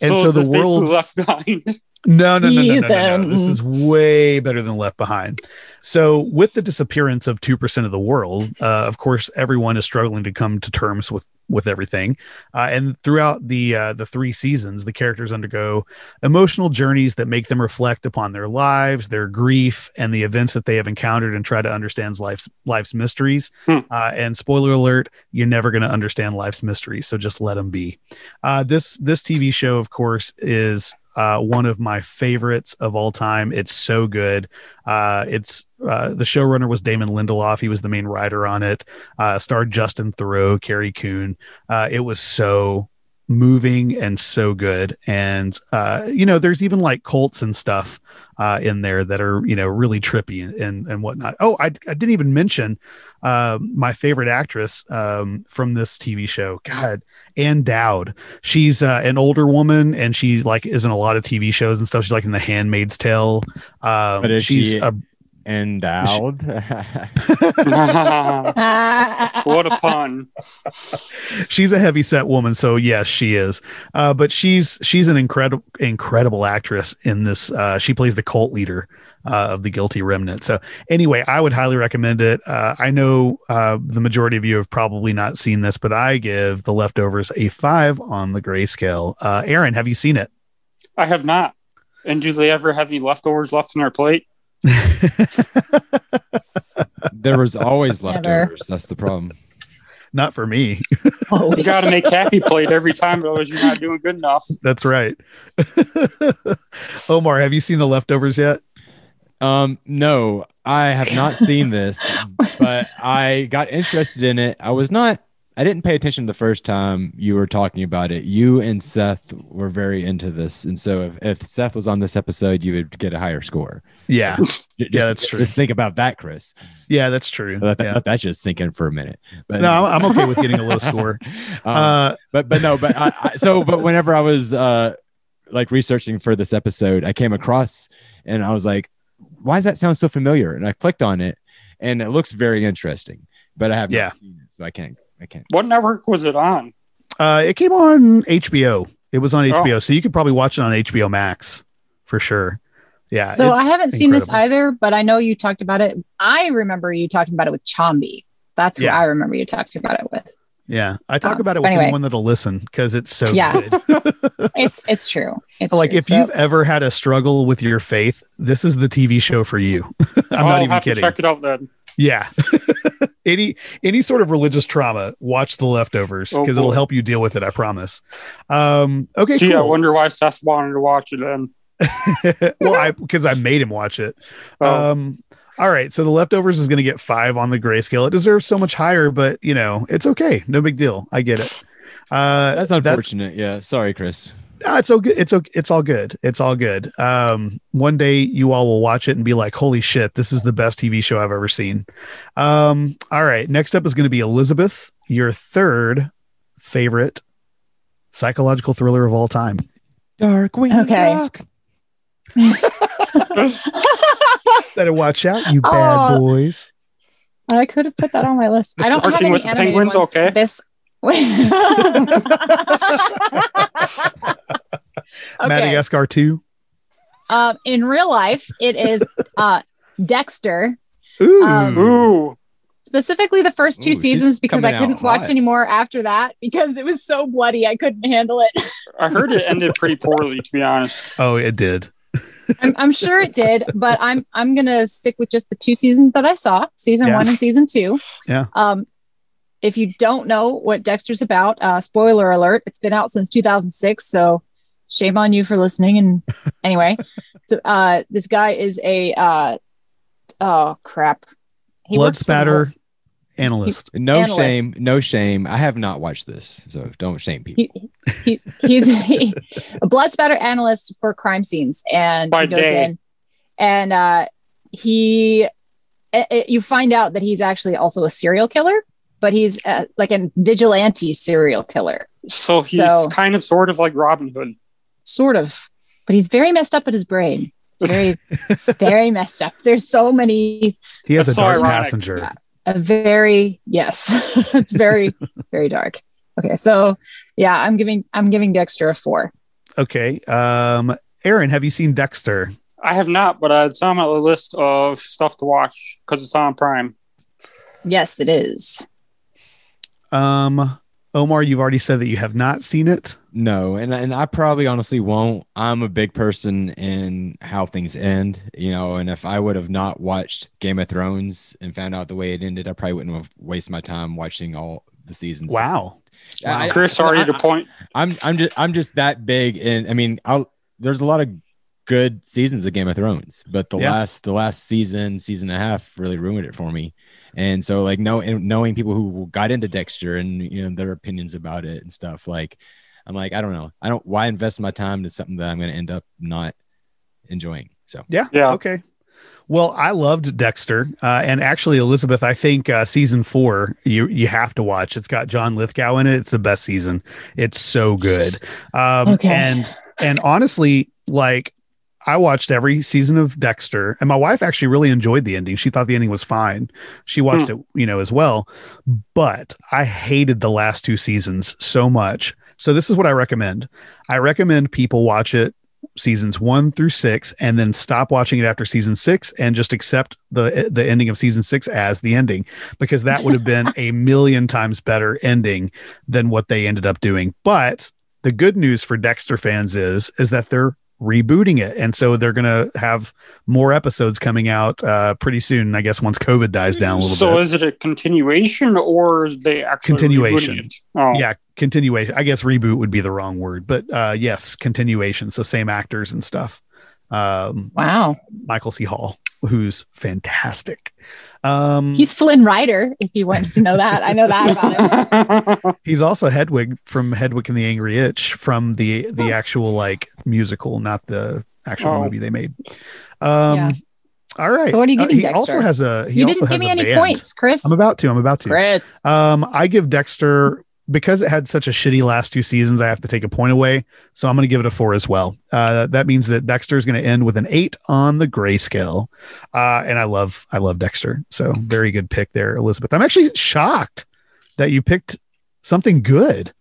Speaker 2: And so
Speaker 4: is
Speaker 2: the
Speaker 4: this basically
Speaker 2: world-
Speaker 4: left behind.
Speaker 2: No, no, no, no, no, no, no.
Speaker 5: Ethan.
Speaker 2: This is way better than Left Behind. So, with the disappearance of two percent of the world, uh, of course, everyone is struggling to come to terms with with everything. Uh, and throughout the uh, the three seasons, the characters undergo emotional journeys that make them reflect upon their lives, their grief, and the events that they have encountered, and try to understand life's life's mysteries.
Speaker 4: Hmm.
Speaker 2: Uh, and spoiler alert: you're never going to understand life's mysteries, so just let them be. Uh, this this TV show, of course, is uh, one of my favorites of all time. It's so good. Uh, it's uh, the showrunner was Damon Lindelof. He was the main writer on it. Uh, starred Justin Thoreau, Carrie Coon. Uh, it was so moving and so good. And uh, you know, there's even like cults and stuff uh, in there that are you know really trippy and and, and whatnot. Oh, I, I didn't even mention uh, my favorite actress um, from this TV show. God, Anne Dowd she's uh, an older woman and she like is in a lot of TV shows and stuff. She's like in The Handmaid's Tale. Um,
Speaker 3: But is
Speaker 2: she's
Speaker 3: she-
Speaker 2: a,
Speaker 3: endowed.
Speaker 4: what
Speaker 5: Ah,
Speaker 4: a pun!
Speaker 2: she's a heavy set woman, so yes, she is. Uh, but she's she's an incredible incredible actress in this. Uh, she plays the cult leader uh, of the Guilty Remnant. So anyway, I would highly recommend it. Uh, I know uh, the majority of you have probably not seen this, but I give The Leftovers a five on the grayscale. Uh, Aaron, have you seen it?
Speaker 4: I have not. And do they ever have any leftovers left in our plate?
Speaker 3: there was always
Speaker 5: Never.
Speaker 3: leftovers. That's the problem.
Speaker 2: Not for me.
Speaker 4: You got to make happy plate every time, otherwise you're not doing good enough.
Speaker 2: That's right. Omar, have you seen the leftovers yet?
Speaker 3: Um, no, I have not seen this, but I got interested in it. I was not. I didn't pay attention the first time you were talking about it. You and Seth were very into this, and so if, if Seth was on this episode, you would get a higher score.
Speaker 2: Yeah.
Speaker 3: J- Just,
Speaker 2: Yeah, that's true.
Speaker 3: Just think about that, Chris.
Speaker 2: Yeah, that's true.
Speaker 3: Let that,
Speaker 2: Yeah.
Speaker 3: let that just sink in for a minute. But
Speaker 2: No, I'm I'm okay with getting a low score.
Speaker 3: Um,
Speaker 2: Uh,
Speaker 3: but but no but I, I, so but whenever i was uh like researching for this episode i came across and i was like why does that sound so familiar and i clicked on it and it looks very interesting but i have not
Speaker 2: Yeah.
Speaker 3: seen it so i can't i can't
Speaker 4: What network was it on?
Speaker 2: uh, it came on HBO. It was on
Speaker 4: Oh.
Speaker 2: HBO, so you could probably watch it on HBO Max for sure. Yeah.
Speaker 5: so
Speaker 2: it's
Speaker 5: I haven't seen this
Speaker 2: incredible.
Speaker 5: either, but I know you talked about it. I remember you talking about it with Chombi. That's who
Speaker 2: Yeah.
Speaker 5: I remember you talked about it with.
Speaker 2: Yeah, I talk
Speaker 5: Um,
Speaker 2: about it with
Speaker 5: but anyway.
Speaker 2: anyone that'll listen because it's so
Speaker 5: Yeah.
Speaker 2: good.
Speaker 5: It's it's true. It's
Speaker 2: like
Speaker 5: true.
Speaker 2: if
Speaker 5: So-
Speaker 2: you've ever had a struggle with your faith, this is the TV show for you. I'm
Speaker 4: Oh, I'll
Speaker 2: not even
Speaker 4: have
Speaker 2: kidding.
Speaker 4: to check it out then.
Speaker 2: Yeah. any any sort of religious trauma, watch the leftovers
Speaker 4: Oh,
Speaker 2: because it'll
Speaker 4: boy.
Speaker 2: help you deal with it, I promise. Um okay,
Speaker 4: Gee, I
Speaker 2: cool.
Speaker 4: wonder why Seth wanted to watch it then.
Speaker 2: well, I because I made him watch it.
Speaker 4: Oh,
Speaker 2: Um all right, so the leftovers is going to get 5 on the grayscale. It deserves so much higher, but you know, it's okay. No big deal. I get it. Uh
Speaker 3: that's unfortunate yeah sorry chris
Speaker 2: Ah, it's so good. It's okay. It's all good. It's all good. Um, one day you all will watch it and be like, "Holy shit, this is the best TV show I've ever seen." Um, all right. Next up is going to be Elizabeth, your third favorite psychological thriller of all time.
Speaker 3: Dark wing.
Speaker 5: Okay.
Speaker 3: Duck.
Speaker 2: Better watch out, you bad
Speaker 5: Oh.
Speaker 2: boys.
Speaker 5: I could have put that on my list. I don't have
Speaker 4: Marching
Speaker 5: any
Speaker 4: with the
Speaker 5: animated
Speaker 4: Penguins,
Speaker 5: ones
Speaker 4: okay.
Speaker 5: This. okay.
Speaker 2: Madagascar two.
Speaker 5: Um, in real life, it is uh, Dexter,
Speaker 2: Ooh.
Speaker 5: Um,
Speaker 4: Ooh.
Speaker 5: specifically the first
Speaker 3: Ooh,
Speaker 5: two
Speaker 3: he's
Speaker 5: seasons, because I
Speaker 3: coming out
Speaker 5: couldn't watch
Speaker 3: hot.
Speaker 5: anymore after that because it was so bloody. I couldn't handle it.
Speaker 4: I heard it ended pretty poorly, to be honest.
Speaker 2: oh, it did.
Speaker 5: I'm, I'm sure it did, but I'm I'm gonna stick with just the two seasons that I saw, season
Speaker 2: Yeah.
Speaker 5: one and season two.
Speaker 2: Yeah.
Speaker 5: Um, if you don't know what Dexter's about, uh, spoiler alert: it's been out since 2006, so shame on you for listening. And anyway, so uh, this guy is a uh, oh crap, He
Speaker 2: Blood
Speaker 5: works for the-
Speaker 2: spatter analyst.
Speaker 3: No
Speaker 5: Analyst.
Speaker 3: shame. No shame. I have not watched this, so don't shame people.
Speaker 5: He- he's he's a blood spatter analyst for crime scenes and
Speaker 4: By
Speaker 5: he goes
Speaker 4: day.
Speaker 5: in and uh he eh, eh, you find out that he's actually also a serial killer but he's uh, like a vigilante serial killer
Speaker 4: So he's
Speaker 5: So-
Speaker 4: kind of sort of like Robin Hood.
Speaker 5: sort of but he's very messed up in his brain it's very very messed up there's so many
Speaker 2: He has a
Speaker 4: That's so
Speaker 2: dark
Speaker 4: ironic.
Speaker 2: passenger.
Speaker 5: Yeah. a very yes it's very very dark okay so yeah i'm giving i'm giving dexter a four
Speaker 2: Okay. Um, Aaron, have you seen Dexter?
Speaker 4: I have not, but uh, it's on my list of stuff to watch because it's on Prime.
Speaker 5: yes it is
Speaker 2: Um, Omar, you've already said that you have not seen it.
Speaker 3: No, and and I probably honestly won't. I'm a big person in how things end, you know. And if I would have not watched Game of Thrones and found out the way it ended, I probably wouldn't have wasted my time watching all the seasons.
Speaker 2: Wow.
Speaker 3: I- I-
Speaker 4: Chris already
Speaker 3: I-
Speaker 4: to point.
Speaker 3: I'm I'm just I'm just that big, and I mean, I'll, there's a lot of good seasons of Game of Thrones, but the
Speaker 2: Yeah.
Speaker 3: last the last season season and a half really ruined it for me. And so, like, know, and knowing people who got into Dexter and you know their opinions about it and stuff, like, I'm like, I don't know, I don't why invest my time into something that I'm going to end up not enjoying. So
Speaker 2: Yeah.
Speaker 4: Yeah.
Speaker 2: Okay. Well, I loved Dexter, uh, and actually, Elizabeth, I think uh, season four you you have to watch. It's got John Lithgow in it. It's the best season. It's so good. Um,
Speaker 5: Okay.
Speaker 2: And and honestly, like I watched every season of Dexter, and my wife actually really enjoyed the ending. She thought the ending was fine. She watched it, you know, as well. But I hated the last two seasons so much. So this is what I recommend. I recommend people watch it seasons one through six and then stop watching it after season six and just accept the the ending of season six as the ending because that would have been a million times better ending than what they ended up doing but the good news for dexter fans is is that they're rebooting it and so they're gonna have more episodes coming out uh pretty soon i guess once covid dies down a little
Speaker 4: So
Speaker 2: bit
Speaker 4: is it a continuation or is they actually
Speaker 2: Continuation.
Speaker 4: rebooting It? Oh,
Speaker 2: yeah continuation i guess reboot would be the wrong word but uh yes continuation so same actors and stuff um
Speaker 5: wow
Speaker 2: Michael C. Hall, who's fantastic. Um, he's,
Speaker 5: He's Flynn Rider, if you wanted to know that. I know that about him.
Speaker 2: also Hedwig from Hedwig and the Angry Itch from the the
Speaker 5: Oh.
Speaker 2: actual like musical, not the actual
Speaker 4: Oh.
Speaker 2: movie they made. Um,
Speaker 5: Yeah.
Speaker 2: all right. Uh,
Speaker 5: So what are you giving
Speaker 2: he also
Speaker 5: Dexter?
Speaker 2: has a. He
Speaker 5: You
Speaker 2: also
Speaker 5: didn't
Speaker 2: has
Speaker 5: give me
Speaker 2: a
Speaker 5: any
Speaker 2: band.
Speaker 5: points, Chris.
Speaker 2: I'm about to. I'm about to.
Speaker 5: Chris.
Speaker 2: Um, I give Dexter because it had such a shitty last two seasons. I have to take a point away, so I'm going to give it a four as well. Uh, that means that Dexter is going to end with an eight on the grayscale. Uh, and I love, I love Dexter. So very good pick there, Elizabeth. I'm actually shocked that you picked something good.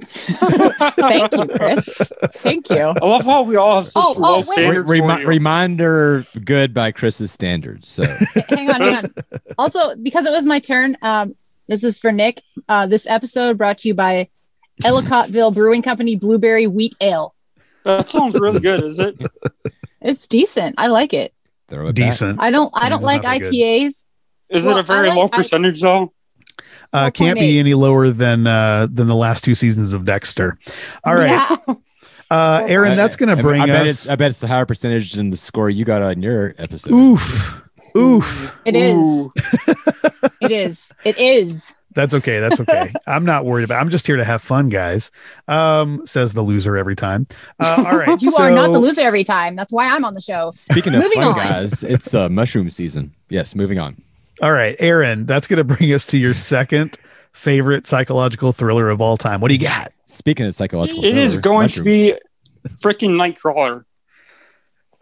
Speaker 5: Thank you, Chris. Thank you.
Speaker 4: I love how we all have such
Speaker 5: Oh, oh,
Speaker 4: low
Speaker 5: wait.
Speaker 3: Re-
Speaker 4: standards.
Speaker 3: remi-
Speaker 4: for you.
Speaker 3: reminder good by Chris's standards. So
Speaker 5: Hang on, hang on. Also, because it was my turn, um, this is for Nick. Uh, this episode brought to you by Ellicottville Brewing Company Blueberry Wheat Ale.
Speaker 4: that sounds really good, is it?
Speaker 5: It's decent. I like it.
Speaker 3: throw it back.
Speaker 2: Decent.
Speaker 5: I don't. I
Speaker 2: Mine's
Speaker 5: don't like
Speaker 2: not that good.
Speaker 5: IPAs.
Speaker 4: Is
Speaker 5: Well,
Speaker 4: it a very
Speaker 5: I like-
Speaker 4: low
Speaker 5: I-
Speaker 4: percentage though?
Speaker 2: Uh, can't be
Speaker 5: 4.8.
Speaker 2: any lower than uh, than the last two seasons of Dexter. All right,
Speaker 5: Yeah.
Speaker 2: uh, Aaron, that's going
Speaker 3: I-
Speaker 2: to bring
Speaker 3: I, bet
Speaker 2: us.
Speaker 3: it's I bet it's a higher percentage than the score you got on your episode.
Speaker 2: Oof, oof.
Speaker 5: It is. It is. It is.
Speaker 2: That's okay. That's okay. I'm not worried about. I'm just here to have fun, guys. Um, says the loser every time. Uh, all right,
Speaker 5: You are not the
Speaker 2: so-
Speaker 5: loser every time. That's why I'm on the show.
Speaker 3: Speaking of
Speaker 5: Moving
Speaker 3: fun
Speaker 5: on.
Speaker 3: guys, it's uh, mushroom season. Yes, moving on.
Speaker 2: All right, Aaron. That's going to bring us to your second favorite psychological thriller of all time. What do you got?
Speaker 3: Speaking of psychological,
Speaker 4: It is
Speaker 3: thriller,
Speaker 4: going to be
Speaker 3: mushrooms.
Speaker 4: freaking Nightcrawler.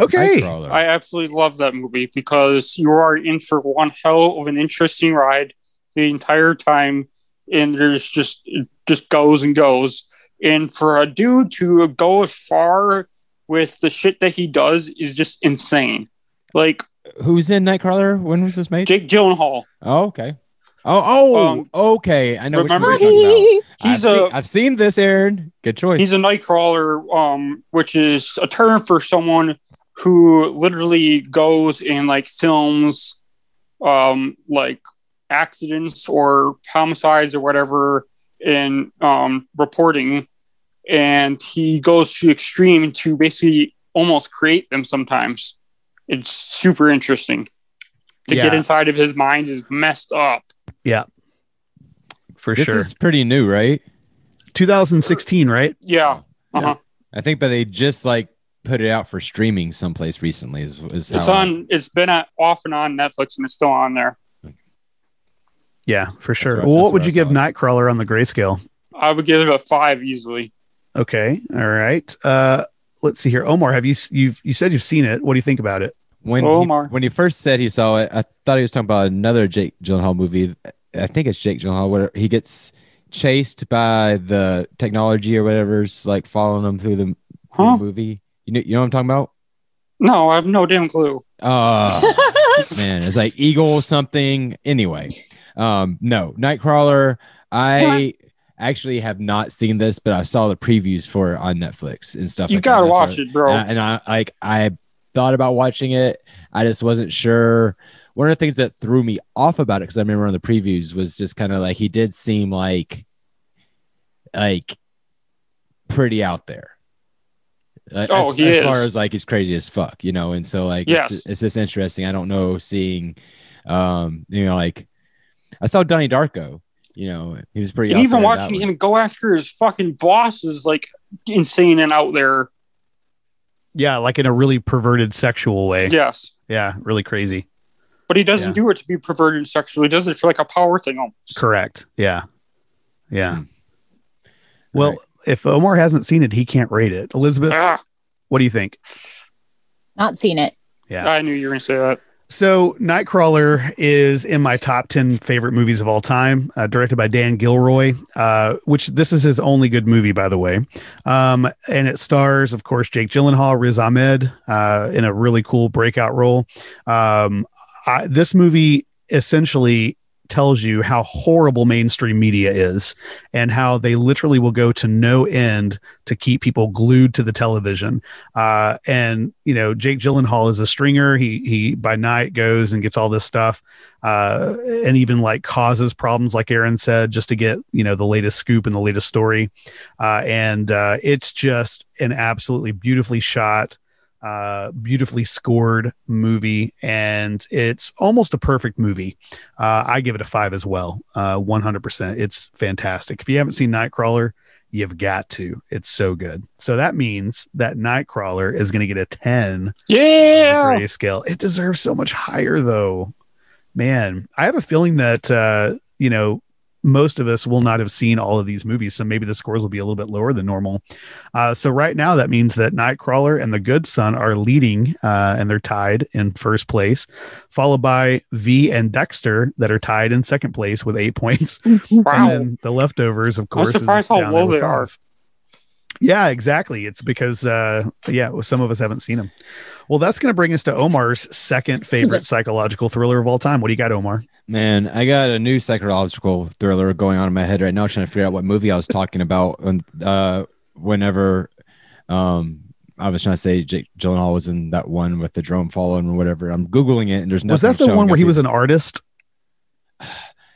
Speaker 2: Okay.
Speaker 3: Nightcrawler.
Speaker 4: I absolutely love that movie because you are in for one hell of an interesting ride the entire time, and there's just it just goes and goes. And for a dude to go as far with the shit that he does is just insane. Like
Speaker 3: Who's in Nightcrawler? When was this made?
Speaker 4: Jake Gyllenhaal,
Speaker 3: Oh, okay. Oh, oh,
Speaker 4: Um,
Speaker 3: okay. I know which one
Speaker 4: remember
Speaker 3: you're talking
Speaker 5: Buddy.
Speaker 3: about.
Speaker 4: He's
Speaker 3: I've,
Speaker 4: a-
Speaker 3: seen, I've seen this, Aaron. Good choice.
Speaker 4: he's a Nightcrawler, um, which is a term for someone who literally goes and like films, um, like accidents or homicides or whatever in um, reporting, and he goes to extreme to basically almost create them. Sometimes it's super interesting. To get
Speaker 2: Yeah.
Speaker 4: inside of his mind is messed up.
Speaker 2: For
Speaker 3: this
Speaker 2: sure.
Speaker 3: is pretty new, right?
Speaker 2: 2016, right?
Speaker 4: Yeah. Uh-huh.
Speaker 3: I think, but they just like put it out for streaming someplace recently. Is, is how
Speaker 4: It's on. It's been uh off and on Netflix, and it's still on there.
Speaker 2: Yeah, for sure.
Speaker 3: right,
Speaker 2: well,
Speaker 3: that's
Speaker 2: what would
Speaker 3: what
Speaker 2: you
Speaker 3: I
Speaker 2: give
Speaker 3: saw.
Speaker 2: Nightcrawler on the grayscale?
Speaker 4: I would give it a five easily.
Speaker 2: Okay. All right. Uh, let's see here. Omar, have you s- you've you said you've seen it? What do you think about it?
Speaker 3: when
Speaker 4: Oh, Omar.
Speaker 3: He, when he first said he saw it. I thought he was talking about another Jake Gyllenhaal movie. I think it's Jake Gyllenhaal where he gets chased by the technology or whatever's like following him through the, through the
Speaker 4: Huh?
Speaker 3: movie. You know, you know what I'm talking about?
Speaker 4: No, I have no damn clue.
Speaker 3: Uh, man it's like eagle something anyway um no nightcrawler i actually have not seen this but i saw the previews for it on netflix and stuff
Speaker 4: You
Speaker 3: like that.
Speaker 4: gotta
Speaker 3: That's
Speaker 4: watch
Speaker 3: what-
Speaker 4: it, bro.
Speaker 3: and I, and I like i thought about watching it i just wasn't sure one of the things that threw me off about it because i remember on the previews was just kind of like he did seem like like pretty out there Like,
Speaker 4: Oh,
Speaker 3: as,
Speaker 4: he
Speaker 3: as far
Speaker 4: is.
Speaker 3: as like he's crazy as fuck, you know, and so like
Speaker 4: Yes.
Speaker 3: it's, it's just interesting. I don't know seeing, um, you know, like I saw Donnie Darko, you know, he was pretty.
Speaker 4: and
Speaker 3: out
Speaker 4: even
Speaker 3: there in that
Speaker 4: watching
Speaker 3: one.
Speaker 4: him go after his fucking boss is like insane and out there.
Speaker 2: Yeah, like in a really perverted sexual way. Yeah,
Speaker 4: Yes.
Speaker 2: really crazy.
Speaker 4: But he doesn't
Speaker 2: Yeah.
Speaker 4: do it to be perverted sexually. He does it for like a power thing almost.
Speaker 2: Correct. Yeah. Yeah.
Speaker 3: Hmm.
Speaker 2: Well,
Speaker 3: Right.
Speaker 2: if Omar hasn't seen it, he can't rate it. Elizabeth,
Speaker 4: Ah,
Speaker 2: what do you think?
Speaker 5: Not seen it.
Speaker 2: Yeah.
Speaker 4: Ah, I knew you were going to say that.
Speaker 2: So, Nightcrawler is in my top 10 favorite movies of all time, uh, directed by Dan Gilroy, uh, which this is his only good movie, by the way. Um, and it stars, of course, Jake Gyllenhaal, Riz Ahmed uh, in a really cool breakout role. Um, I, this movie essentially tells you how horrible mainstream media is and how they literally will go to no end to keep people glued to the television. Uh, and you know, Jake Gyllenhaal is a stringer. He he by night goes and gets all this stuff, uh, and even like causes problems, like Aaron said, just to get you know the latest scoop and the latest story. Uh, and uh, it's just an absolutely beautifully shot. Uh, beautifully scored movie, and it's almost a perfect movie. Uh, I give it a five as well, uh, one hundred percent. It's fantastic. If you haven't seen Nightcrawler, you've got to. It's so good. So that means that Nightcrawler is going to get a 10 on
Speaker 4: Yeah.
Speaker 2: the grayscale. It deserves so much higher though. Man, I have a feeling that uh, you know, most of us will not have seen all of these movies, so maybe the scores will be a little bit lower than normal. Uh, so right now, that means that Nightcrawler and The Good Son are leading, uh, and they're tied in first place, followed by V and Dexter that are tied in second place with eight points. And
Speaker 4: Wow.
Speaker 2: then the leftovers, of course. is
Speaker 4: surprised how
Speaker 2: down
Speaker 4: low
Speaker 2: there with
Speaker 4: they are.
Speaker 2: five. Yeah, exactly. It's because uh yeah, well, some of us haven't seen them. Well, that's going to bring us to Omar's second favorite psychological thriller of all time. What do you got, Omar?
Speaker 3: Man, I got a new psychological thriller going on in my head right now, trying to figure out what movie I was talking about. And uh, whenever um, I was trying to say Jake Gyllenhaal was in that one with the drone following or whatever, I'm googling it, and there's nothing.
Speaker 2: was that the
Speaker 3: showing
Speaker 2: one
Speaker 3: up
Speaker 2: where he
Speaker 3: here.
Speaker 2: was an artist?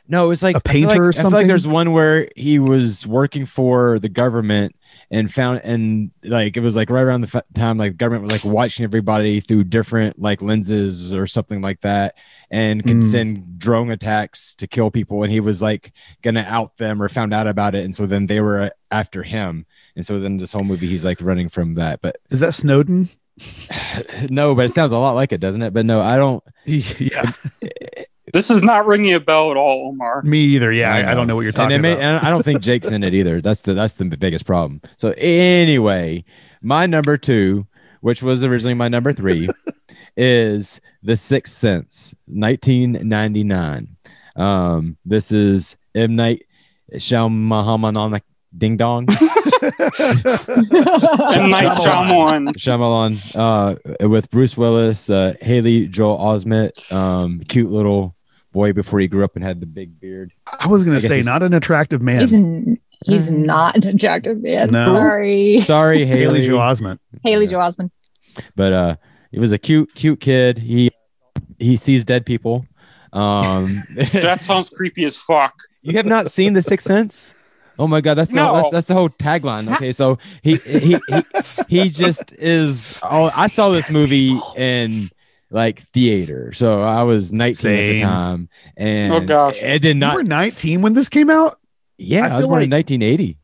Speaker 3: No, it was like
Speaker 2: A
Speaker 3: I feel like-
Speaker 2: painter or
Speaker 3: I feel like
Speaker 2: something?
Speaker 3: there's one where he was working for the government and found and like it was like right around the f- time like government was like watching everybody through different like lenses or something like that and could
Speaker 2: Mm.
Speaker 3: send drone attacks to kill people and he was like gonna out them or found out about it and so then they were uh, after him and so then this whole movie he's like running from that but
Speaker 2: Is that Snowden?
Speaker 3: no but it sounds a lot like it doesn't it but no I don't
Speaker 2: yeah,
Speaker 4: This is not ringing a bell at all, Omar.
Speaker 2: me either. Yeah,
Speaker 3: I
Speaker 2: I, I don't know what you're
Speaker 3: and
Speaker 2: talking
Speaker 3: it may,
Speaker 2: about.
Speaker 3: and I don't think Jake's in it either. That's the that's the biggest problem. So anyway, my number two, which was originally my number three, is The Sixth Sense, 1999. Um, this is M Night Shyamalan Ding Dong
Speaker 4: M. Night Shyamalan.
Speaker 3: Shyamalan uh, with Bruce Willis, uh, Haley Joel Osment, um, cute little boy before he grew up and had the big beard.
Speaker 2: I was gonna
Speaker 3: I guess
Speaker 2: say
Speaker 3: it's-
Speaker 2: not an attractive man.
Speaker 5: He's n- he's
Speaker 3: Mm.
Speaker 5: not an attractive man.
Speaker 2: No.
Speaker 5: Sorry,
Speaker 3: Sorry,
Speaker 2: Haley
Speaker 3: Haley.
Speaker 2: Joel Osment.
Speaker 5: Haley
Speaker 3: Yeah.
Speaker 5: Joel Osment.
Speaker 3: but uh he was a cute cute kid he he sees dead people um
Speaker 4: That sounds creepy as fuck.
Speaker 3: you have not seen the sixth sense oh my god that's, the,
Speaker 4: No.
Speaker 3: that's that's the whole tagline okay so he he he, he just is oh i saw this movie in like theater so i was 19 at
Speaker 2: Same.
Speaker 3: the time and
Speaker 4: Oh, gosh.
Speaker 3: it did
Speaker 2: you
Speaker 3: not
Speaker 2: were 19 when this came out. I
Speaker 3: yeah i, was
Speaker 2: feel
Speaker 3: born in
Speaker 2: like-
Speaker 3: 1980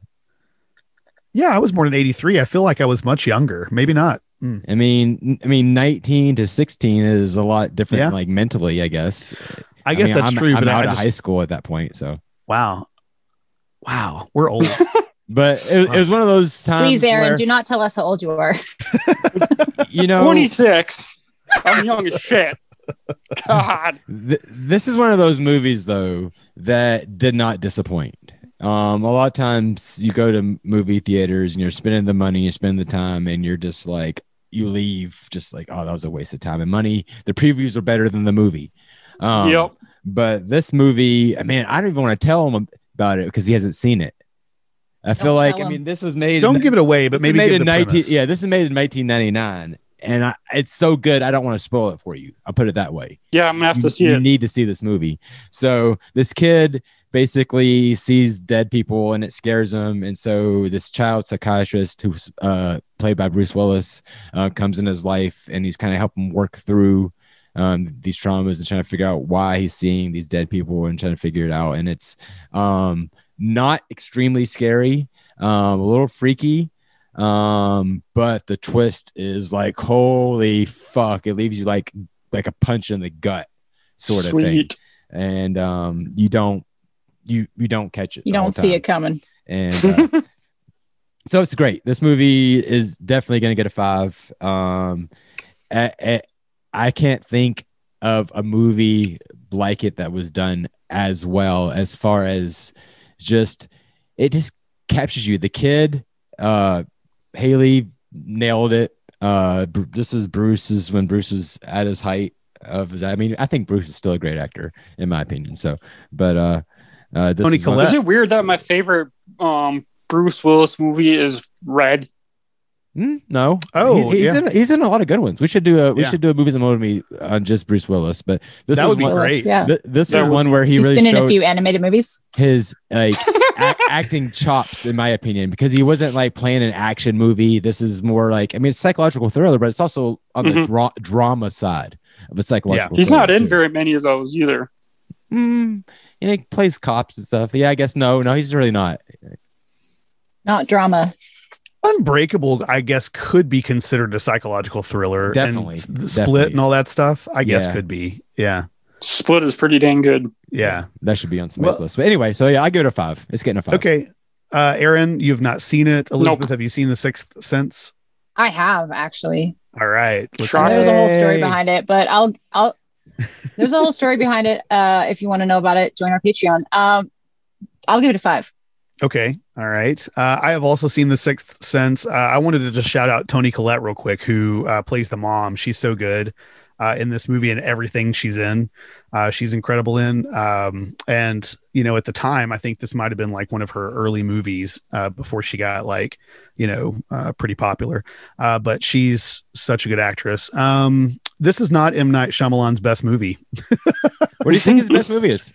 Speaker 2: Yeah, I was born in '83. I feel like I was much younger. Maybe not. Mm.
Speaker 3: i mean i mean 19 to 16 is a lot different
Speaker 2: Yeah.
Speaker 3: like mentally i guess
Speaker 2: I guess
Speaker 3: mean,
Speaker 2: that's
Speaker 3: I'm-
Speaker 2: true.
Speaker 3: i'm
Speaker 2: but
Speaker 3: out
Speaker 2: I
Speaker 3: of
Speaker 2: just,
Speaker 3: high school at that point so
Speaker 2: wow, wow, we're old.
Speaker 3: But it, it was one of those times.
Speaker 5: Please, Aaron,
Speaker 3: where,
Speaker 5: do not tell us how old you are.
Speaker 3: You know,
Speaker 4: 26. I'm young as shit. God.
Speaker 3: th- this is one of those movies though that did not disappoint. Um, a lot of times you go to m- movie theaters and you're spending the money, you spend the time, and you're just like you leave just like oh that was a waste of time and money. The previews are better than the movie. Um,
Speaker 4: yep.
Speaker 3: But this movie, I mean, I don't even want to tell him about it because he hasn't seen it. I feel
Speaker 5: Don't
Speaker 3: like I
Speaker 5: tell him.
Speaker 3: mean this was made.
Speaker 2: Don't
Speaker 3: in-
Speaker 2: give it away, but
Speaker 3: This is
Speaker 2: maybe
Speaker 3: made
Speaker 2: give
Speaker 3: in
Speaker 2: the
Speaker 3: 19
Speaker 2: premise.
Speaker 3: yeah this is made in 1999 and I, it's so good i don't want to spoil it for you i'll put it that way
Speaker 4: Yeah, I'm gonna have
Speaker 3: you,
Speaker 4: to see
Speaker 3: you
Speaker 4: it.
Speaker 3: need to see this movie so this kid basically sees dead people and it scares him and so this child psychiatrist who's uh, played by bruce willis uh, comes in his life and he's kind of helping work through um, these traumas and trying to figure out why he's seeing these dead people and trying to figure it out and it's um, not extremely scary um, a little freaky um but the twist is like holy fuck it leaves you like like a punch in the gut sort of thing
Speaker 4: Sweet.
Speaker 3: and um you don't you you don't catch it
Speaker 5: You
Speaker 3: the whole
Speaker 5: don't see
Speaker 3: time.
Speaker 5: it coming.
Speaker 3: and uh, so it's great this movie is definitely gonna get a five um I, I, I can't think of a movie like it that was done as well as far as just it just captures you the kid uh haley nailed it uh Bru- this was bruce's when bruce was at his height of his i mean i think bruce is still a great actor in my opinion so but uh uh this
Speaker 2: Tony
Speaker 3: is one-
Speaker 2: Collette.
Speaker 4: Is it weird that my favorite um, Bruce Willis movie is Red?
Speaker 3: Mm, no.
Speaker 2: Oh,
Speaker 3: He- he's
Speaker 2: yeah.
Speaker 3: in he's in a lot of good ones. We should do a we
Speaker 2: Yeah.
Speaker 3: should do a movies and movie on just Bruce Willis, but this
Speaker 2: That
Speaker 3: was
Speaker 2: would be
Speaker 3: one,
Speaker 5: Willis,
Speaker 2: great.
Speaker 5: Yeah.
Speaker 3: th- this
Speaker 4: Yeah.
Speaker 3: is one where he
Speaker 5: He's
Speaker 3: really
Speaker 5: been in a
Speaker 3: showed
Speaker 5: few animated movies.
Speaker 3: his like a- acting chops, in my opinion, because he wasn't like playing an action movie. This is more like I mean, it's psychological thriller, but it's also on the
Speaker 2: Mm-hmm.
Speaker 4: Mhm.
Speaker 3: dra- drama side of a psychological.
Speaker 4: He's
Speaker 3: thriller,
Speaker 4: not in
Speaker 3: too.
Speaker 4: very many of those either.
Speaker 3: Mm, and he plays cops and stuff. Yeah, I guess no, no, he's really not.
Speaker 5: Not drama.
Speaker 2: Unbreakable, I guess, could be considered a psychological thriller.
Speaker 3: Definitely,
Speaker 2: and s- the
Speaker 3: definitely.
Speaker 2: split and all that stuff. I guess
Speaker 3: Yeah.
Speaker 2: could be. Yeah,
Speaker 4: Split is pretty dang good.
Speaker 2: yeah.
Speaker 3: that should be on somebody's
Speaker 2: Well-
Speaker 3: list. But anyway, so yeah, I give it a five. It's getting a five.
Speaker 2: Okay, uh, Aaron, you've not seen it. Elizabeth, have you seen The Sixth Sense?
Speaker 5: I have actually.
Speaker 2: All right, let's-
Speaker 4: Shocker.
Speaker 5: There's a whole story
Speaker 3: Hey.
Speaker 5: behind it, but I'll I'll there's a whole story behind it. Uh if you want to know about it, join our Patreon. Um I'll give it a five.
Speaker 2: Okay. All right. Uh, I have also seen The Sixth Sense. Uh, I wanted to just shout out Tony Collette real quick, who uh, plays the mom. She's so good uh, in this movie and everything she's in. Uh, she's incredible in. Um, and, you know, at the time, I think this might have been like one of her early movies uh, before she got like, you know, uh, pretty popular. Uh, but she's such a good actress. Um, this is not M. Night Shyamalan's best movie.
Speaker 3: What do you think his best movie is?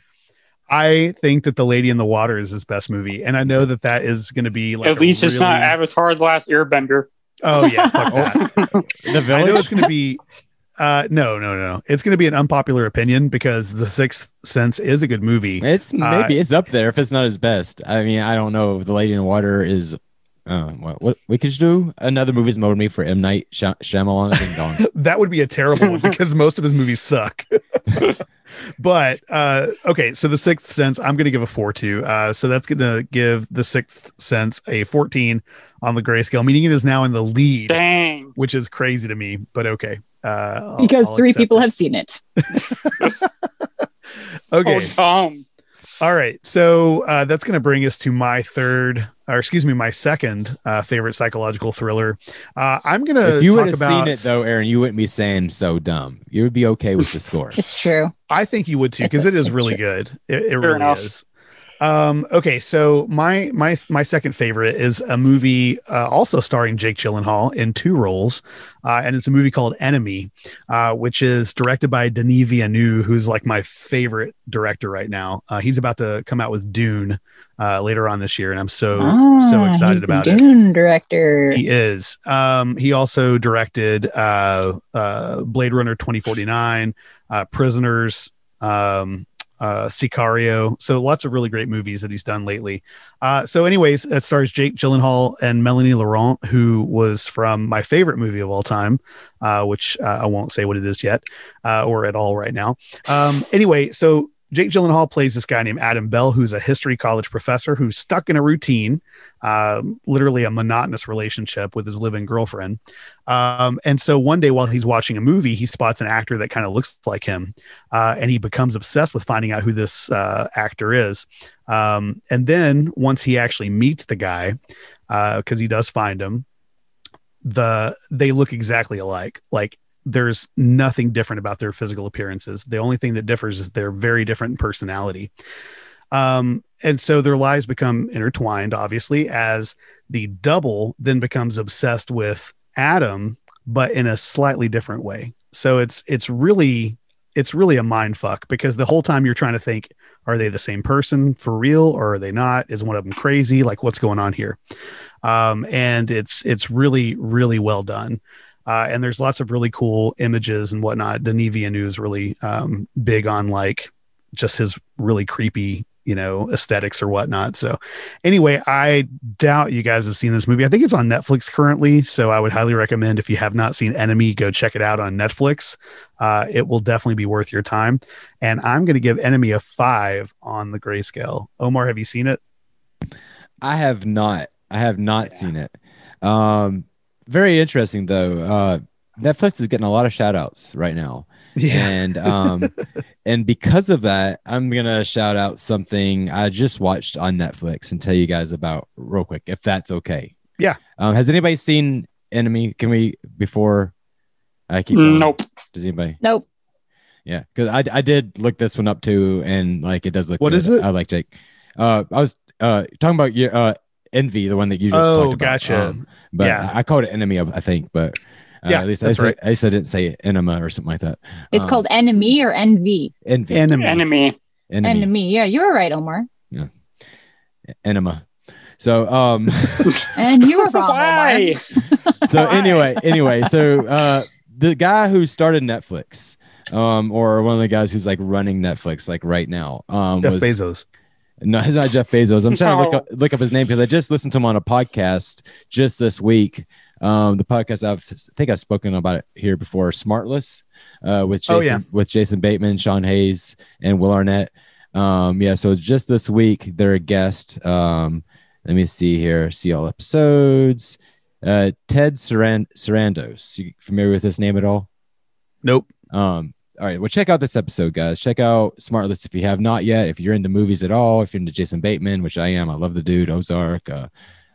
Speaker 2: I think that The Lady in the Water is his best movie, and I know that that is going to be like
Speaker 4: At
Speaker 2: a
Speaker 4: least it's not
Speaker 2: really-
Speaker 4: Avatar's Last Airbender.
Speaker 2: Oh yeah, fuck that.
Speaker 3: The
Speaker 2: I know
Speaker 3: village.
Speaker 2: it's going to be. Uh, no, no, no. It's going to be an unpopular opinion because The Sixth Sense is a good movie.
Speaker 3: It's maybe it's up there if it's not his best. I mean, I don't know. if The Lady in the Water is. Um, what, what we could do another movie's mode me for M Night Shy- Shyamalan Ding Dong.
Speaker 2: That would be a terrible one because most of his movies suck. but uh, okay, so The Sixth Sense, I'm going to give a four to. Uh, so that's going to give The Sixth Sense a 14 on the grayscale, meaning it is now in the lead,
Speaker 4: Dang.
Speaker 2: which is crazy to me. But okay, uh, I'll-
Speaker 5: because
Speaker 2: I'll
Speaker 5: three
Speaker 2: accept
Speaker 5: people
Speaker 2: it.
Speaker 5: have seen it.
Speaker 2: Okay,
Speaker 4: Oh, dumb.
Speaker 2: All right. So uh, that's going to bring us to my third, or excuse me, my second uh, favorite psychological thriller. Uh, I'm going to
Speaker 3: If you would
Speaker 2: talk
Speaker 3: have
Speaker 2: about.
Speaker 3: seen it though, Aaron, you wouldn't be saying so dumb. You would be okay with the score.
Speaker 5: It's true.
Speaker 2: I think you would too,
Speaker 5: It's
Speaker 2: because
Speaker 5: a-
Speaker 2: it is
Speaker 5: it's
Speaker 2: really
Speaker 5: true.
Speaker 2: good. It, it really
Speaker 4: enough.
Speaker 2: is. Um, okay, so my my my second favorite is a movie uh, also starring Jake Gyllenhaal in two roles, uh, and it's a movie called Enemy, uh, which is directed by Denis Villeneuve, who's like my favorite director right now. Uh, he's about to come out with Dune uh, later on this year, and I'm so so
Speaker 5: Ah,
Speaker 2: excited
Speaker 5: he's the
Speaker 2: about it.
Speaker 5: Dune director.
Speaker 2: He is. Um, he also directed uh, uh, Blade Runner 2049, uh, Prisoners, um, uh, Sicario. So lots of really great movies that he's done lately. Uh, so, anyways, it stars Jake Gyllenhaal and Melanie Laurent, who was from my favorite movie of all time, uh, which uh, I won't say what it is yet uh, or at all right now. Um, anyway, so. Jake Gyllenhaal plays this guy named Adam Bell, who's a history college professor who's stuck in a routine um, literally a monotonous relationship with his living girlfriend. Um, and so one day while he's watching a movie, he spots an actor that kind of looks like him, uh, and he becomes obsessed with finding out who this uh, actor is. Um, and then once he actually meets the guy, because he does find him, the they look exactly alike. Like there's nothing different about their physical appearances. The only thing that differs is they're very different in personality. Um, and so their lives become intertwined, obviously, as the double then becomes obsessed with Adam, but in a slightly different way. So it's it's really it's really a mind fuck because the whole time you're trying to think, are they the same person for real or are they not? Is one of them crazy? Like what's going on here? Um, and it's it's really really well done. Uh, and there's lots of really cool images and whatnot. Denis Villeneuve is really um, big on like just his really creepy you know aesthetics or whatnot so anyway i doubt you guys have seen this movie i think it's on netflix currently so i would highly recommend if you have not seen enemy go check it out on netflix uh, it will definitely be worth your time and i'm going to give enemy a five on the grayscale omar have you seen it
Speaker 3: I have not. I have not
Speaker 4: Yeah.
Speaker 3: seen it. Um, very interesting though. Uh, Netflix is getting a lot of shout outs right now. And um, and because of that, I'm gonna shout out something I just watched on Netflix and tell you guys about real quick, if that's okay.
Speaker 2: Yeah.
Speaker 3: Um, has anybody seen Enemy? Can we before I keep going?
Speaker 4: Nope.
Speaker 3: Does anybody?
Speaker 5: Nope.
Speaker 3: Yeah, because I I did look this one up too, and like it does look.
Speaker 2: What
Speaker 3: good.
Speaker 2: is it?
Speaker 3: I like Jake. Uh, I was uh talking about your uh envy, the one that you just.
Speaker 2: oh
Speaker 3: talked about.
Speaker 2: gotcha
Speaker 3: Um, but
Speaker 2: Yeah.
Speaker 3: I, I called it enemy, I think, but. Uh,
Speaker 2: Yeah,
Speaker 3: at least
Speaker 2: that's
Speaker 3: I, said-
Speaker 2: right.
Speaker 3: at least I didn't say enema or something like that.
Speaker 5: It's
Speaker 3: Um,
Speaker 5: called Enemy or NV.
Speaker 3: envy.
Speaker 2: enemy
Speaker 4: Enemy.
Speaker 3: enemy.
Speaker 5: Enemy. Yeah, you were right, Omar.
Speaker 3: enema. So um
Speaker 5: And you were wrong, Omar.
Speaker 4: Why?
Speaker 3: so
Speaker 4: Why?
Speaker 3: anyway, anyway, so uh the guy who started Netflix, um, or one of the guys who's like running Netflix like right now, um
Speaker 2: jeff
Speaker 3: was
Speaker 2: bezos
Speaker 3: No, it's not Jeff Bezos. I'm trying to look
Speaker 4: No.
Speaker 3: up, look up his name because I just listened to him on a podcast just this week. Um, the podcast I've, I think I've spoken about it here before, Smartless, uh, with Jason
Speaker 2: Oh, yeah.
Speaker 3: with Jason Bateman, Sean Hayes, and Will Arnett. Um, yeah, so just this week they're a guest. Um, let me see here, see all episodes. Uh, Ted Saran- Sarandos. You familiar with this name at all?
Speaker 2: nope
Speaker 3: Um, all right. Well, check out this episode, guys. Check out Smart List if you have not yet. If you're into movies at all, if you're into Jason Bateman, which I am, I love the dude, Ozark, uh,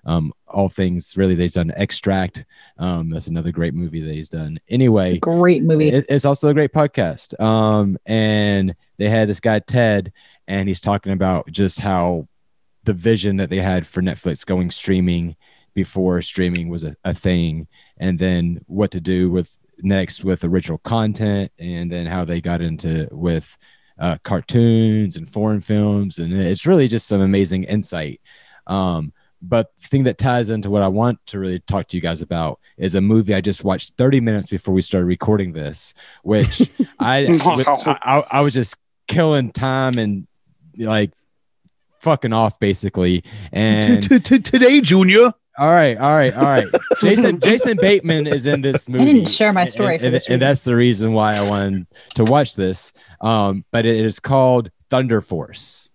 Speaker 3: um, all things really that he's done. Extract. Um, that's another great movie that he's done.
Speaker 5: It's a
Speaker 3: Anyway,
Speaker 5: great movie.
Speaker 3: it- it's also a great podcast. Um, and they had this guy, Ted, and he's talking about just how the vision that they had for Netflix going streaming before streaming was a, a thing, and then what to do with next with original content, and then how they got into with uh, cartoons and foreign films, and it's really just some amazing insight. Um, but the thing that ties into what I want to really talk to you guys about is a movie I just watched 30 minutes before we started recording this, which I, with- I, I I was just killing time and like fucking off basically. And
Speaker 2: Today, Junior.
Speaker 3: all right, all right, all right. Jason Jason Bateman is in this movie.
Speaker 5: didn't share my story
Speaker 3: and,
Speaker 5: for
Speaker 3: and-
Speaker 5: this
Speaker 3: and
Speaker 5: reason.
Speaker 3: that's the reason why I wanted to watch this. Um, but it is called Thunder Force.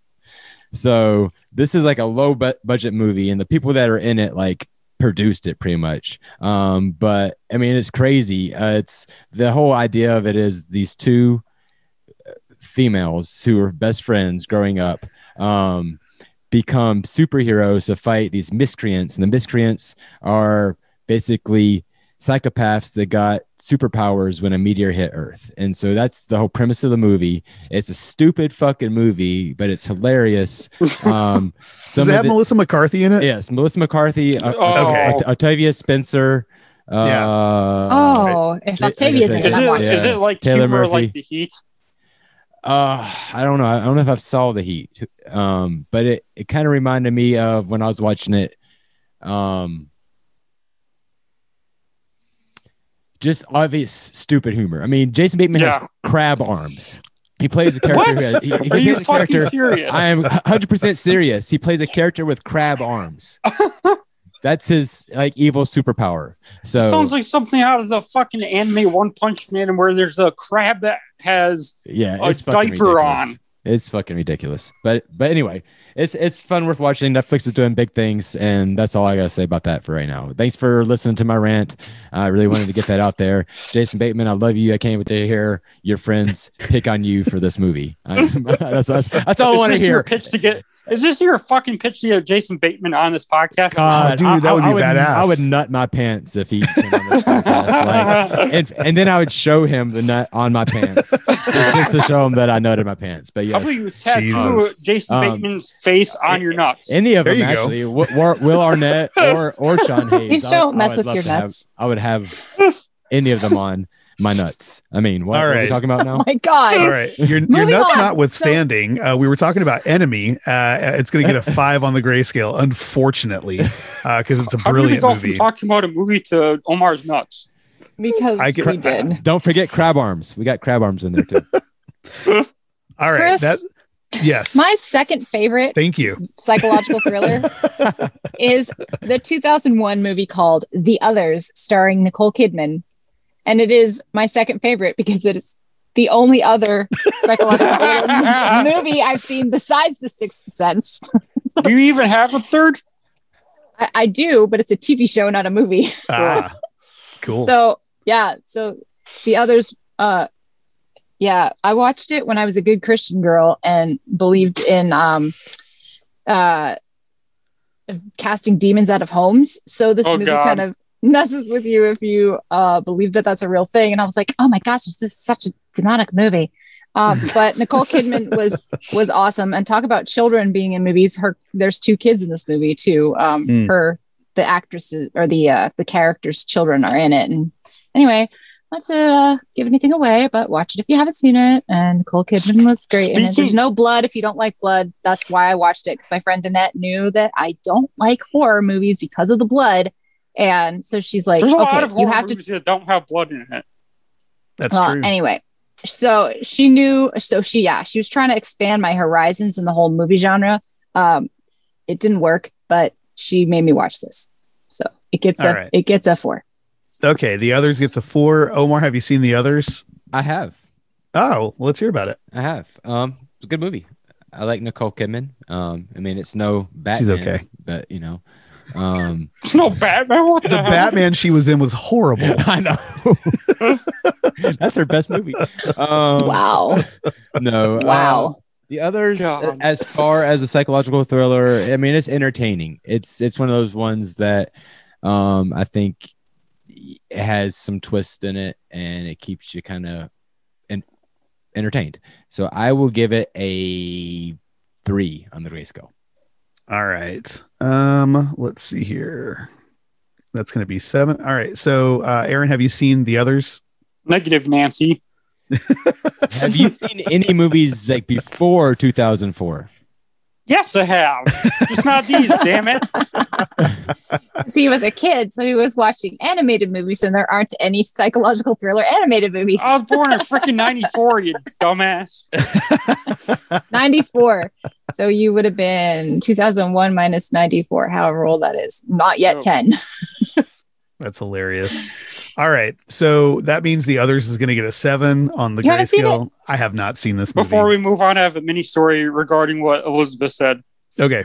Speaker 3: So this is like a low bu- budget movie, and the people that are in it like produced it pretty much. Um, but I mean, it's crazy. Uh, it's the whole idea of it is these two uh, females who are best friends growing up. Um, become superheroes to fight these miscreants. And the miscreants are basically psychopaths that got superpowers when a meteor hit Earth. And so that's the whole premise of the movie. It's a stupid fucking movie, but it's hilarious. Um,
Speaker 2: Does
Speaker 3: some
Speaker 2: it
Speaker 3: of
Speaker 2: have
Speaker 3: the-
Speaker 2: Melissa McCarthy in it?
Speaker 3: yes, Melissa McCarthy, uh,
Speaker 4: Oh.
Speaker 2: Okay.
Speaker 3: Oct- Octavia Spencer. Uh,
Speaker 2: Yeah. uh,
Speaker 5: oh, if
Speaker 3: Like I
Speaker 5: Octavia's
Speaker 3: said,
Speaker 5: in it,
Speaker 4: Is
Speaker 5: I'm
Speaker 4: it,
Speaker 5: watching.
Speaker 4: is
Speaker 3: Yeah.
Speaker 4: it like
Speaker 3: Taylor
Speaker 4: humor
Speaker 3: Murphy.
Speaker 4: like the heat?
Speaker 3: Uh, I don't know. I don't know if I've saw the heat. Um, but it, it kind of reminded me of when I was watching it. Um, just obvious stupid humor. I mean, Jason Bateman
Speaker 4: Yeah.
Speaker 3: has crab arms. He plays a character.
Speaker 4: What?
Speaker 3: who has- he- he
Speaker 4: Are you
Speaker 3: plays a
Speaker 4: fucking
Speaker 3: character-
Speaker 4: serious?
Speaker 3: I am 100% serious. He plays a character with crab arms. That's his like evil superpower. So
Speaker 4: Sounds like something out of the fucking anime One Punch Man where there's a crab that has
Speaker 3: yeah,
Speaker 4: a
Speaker 3: it's fucking
Speaker 4: Oh, diaper
Speaker 3: ridiculous.
Speaker 4: on.
Speaker 3: It's fucking ridiculous. But but anyway, it's it's fun worth watching. Netflix is doing big things, and that's all I gotta say about that for right now. Thanks for listening to my rant. I really wanted to get that out there. Jason Bateman, I love you. I can't wait to hear your friends pick on you for this movie. I'm- that's, that's, that's all I
Speaker 4: Is
Speaker 3: want to
Speaker 4: this your
Speaker 3: hear.
Speaker 4: pitch to get? Is this your fucking pitch to get Jason Bateman on this podcast?
Speaker 3: God,
Speaker 4: Oh,
Speaker 2: dude,
Speaker 3: I-
Speaker 2: that
Speaker 3: I-
Speaker 2: would be
Speaker 3: I
Speaker 2: badass.
Speaker 3: I would nut my pants if he came on this podcast. Like, and, and then I would show him the nut on my pants just, just to show him that I nutted my pants. But
Speaker 4: How
Speaker 3: yes,
Speaker 4: about you tattoo
Speaker 2: Jesus.
Speaker 4: Jason
Speaker 3: Um,
Speaker 4: Bateman's face on your nuts?
Speaker 3: Any of
Speaker 2: There
Speaker 3: them,
Speaker 2: you go.
Speaker 3: actually. W- War- Will Arnett or or Sean Hayes.
Speaker 5: Please
Speaker 3: I-
Speaker 5: don't
Speaker 3: I
Speaker 5: mess
Speaker 3: would
Speaker 5: with
Speaker 3: love
Speaker 5: your
Speaker 3: to have-
Speaker 5: nuts.
Speaker 3: I would have any of them on my nuts. I mean,
Speaker 2: All
Speaker 3: what, what are we
Speaker 2: right.
Speaker 3: talking about
Speaker 5: Oh
Speaker 3: now?
Speaker 5: my god!
Speaker 2: All right. Your, your
Speaker 5: Moving
Speaker 2: nuts
Speaker 5: on.
Speaker 2: notwithstanding, uh, we were talking about Enemy. Uh, it's going to get a five on the grayscale, unfortunately, because it's a
Speaker 4: How did we
Speaker 2: brilliant
Speaker 4: go from
Speaker 2: movie.
Speaker 4: talking about a movie to Omar's nuts?
Speaker 5: Because
Speaker 2: I can-
Speaker 5: we did.
Speaker 3: Don't forget crab arms. We got crab arms in there too.
Speaker 2: All right.
Speaker 5: Chris,
Speaker 2: that, yes.
Speaker 5: my second favorite
Speaker 2: Thank you.
Speaker 5: psychological thriller is the 2001 movie called The Others, starring Nicole Kidman, and it is my second favorite because it is the only other psychological thriller movie I've seen besides The Sixth Sense.
Speaker 4: Do you even have a third?
Speaker 5: I, I do, but it's a TV show, not a movie.
Speaker 2: Ah, cool.
Speaker 5: So yeah, so the others, uh, yeah, I watched it when I was a good Christian girl and believed in um, uh, casting demons out of homes. So this
Speaker 4: Oh,
Speaker 5: movie
Speaker 4: God.
Speaker 5: kind of messes with you if you uh, believe that that's a real thing. And I was like, oh my gosh, this is such a demonic movie. Um, but Nicole Kidman was was awesome, and talk about children being in movies. Her there's two kids in this movie too. Um,
Speaker 4: Hmm.
Speaker 2: Mm.
Speaker 5: Her the actresses or the uh, the characters' children are in it, and anyway, not to uh, give anything away, but watch it if you haven't seen it. And Nicole Kidman was great. in it.
Speaker 4: Speaking-
Speaker 5: there's no blood if you don't like blood. That's why I watched it because my friend Annette knew that I don't like horror movies because of the blood, and so she's like,
Speaker 4: There's a lot
Speaker 5: okay,
Speaker 4: of
Speaker 5: you
Speaker 4: horror
Speaker 5: have to
Speaker 4: movies that don't have blood in it.
Speaker 2: That's
Speaker 5: well,
Speaker 2: true.
Speaker 5: anyway, so she knew. So she, yeah, she was trying to expand my horizons in the whole movie genre. Um, it didn't work, but she made me watch this, so it gets
Speaker 2: All
Speaker 5: a
Speaker 2: right.
Speaker 5: it gets a four.
Speaker 2: okay. The Others gets a four. Omar, have you seen The Others?
Speaker 3: I have.
Speaker 2: Oh, let's hear about it.
Speaker 3: I have. Um, it's a good movie. I like Nicole Kidman. Um, I mean, it's no Batman.
Speaker 2: She's okay.
Speaker 3: But, you know, um,
Speaker 4: It's no Batman. What the,
Speaker 2: The
Speaker 4: hell?
Speaker 2: Batman she was in was horrible.
Speaker 3: I know. That's her best movie.
Speaker 2: Oh.
Speaker 3: Um,
Speaker 5: Wow,
Speaker 3: No. uh,
Speaker 5: wow.
Speaker 3: The others,
Speaker 4: God.
Speaker 3: as far as a psychological thriller, I mean, it's entertaining. It's it's one of those ones that um, I think it has some twist in it, and it keeps you kind of en- entertained. So I will give it a three on the race go.
Speaker 2: All right. Um, let's see here. That's going to be seven. All right. So, uh, Aaron, have you seen The Others?
Speaker 4: Negative Nancy.
Speaker 3: Have you seen any movies like before 2004?
Speaker 4: Yes, I have. Just not these, damn it.
Speaker 5: So he was a kid, so he was watching animated movies, and there aren't any psychological thriller animated movies.
Speaker 2: Oh.
Speaker 4: I was born in freaking 94, you dumbass.
Speaker 5: 94. So you would have been 2001 minus 94, however old that is. Not yet
Speaker 4: Oh.
Speaker 5: 10.
Speaker 2: That's hilarious. All right. So that means the others is going to get a seven on the
Speaker 5: You haven't seen
Speaker 2: grayscale. I have not seen this movie.
Speaker 4: Before we move on, I have a mini story regarding what Elizabeth said.
Speaker 2: okay.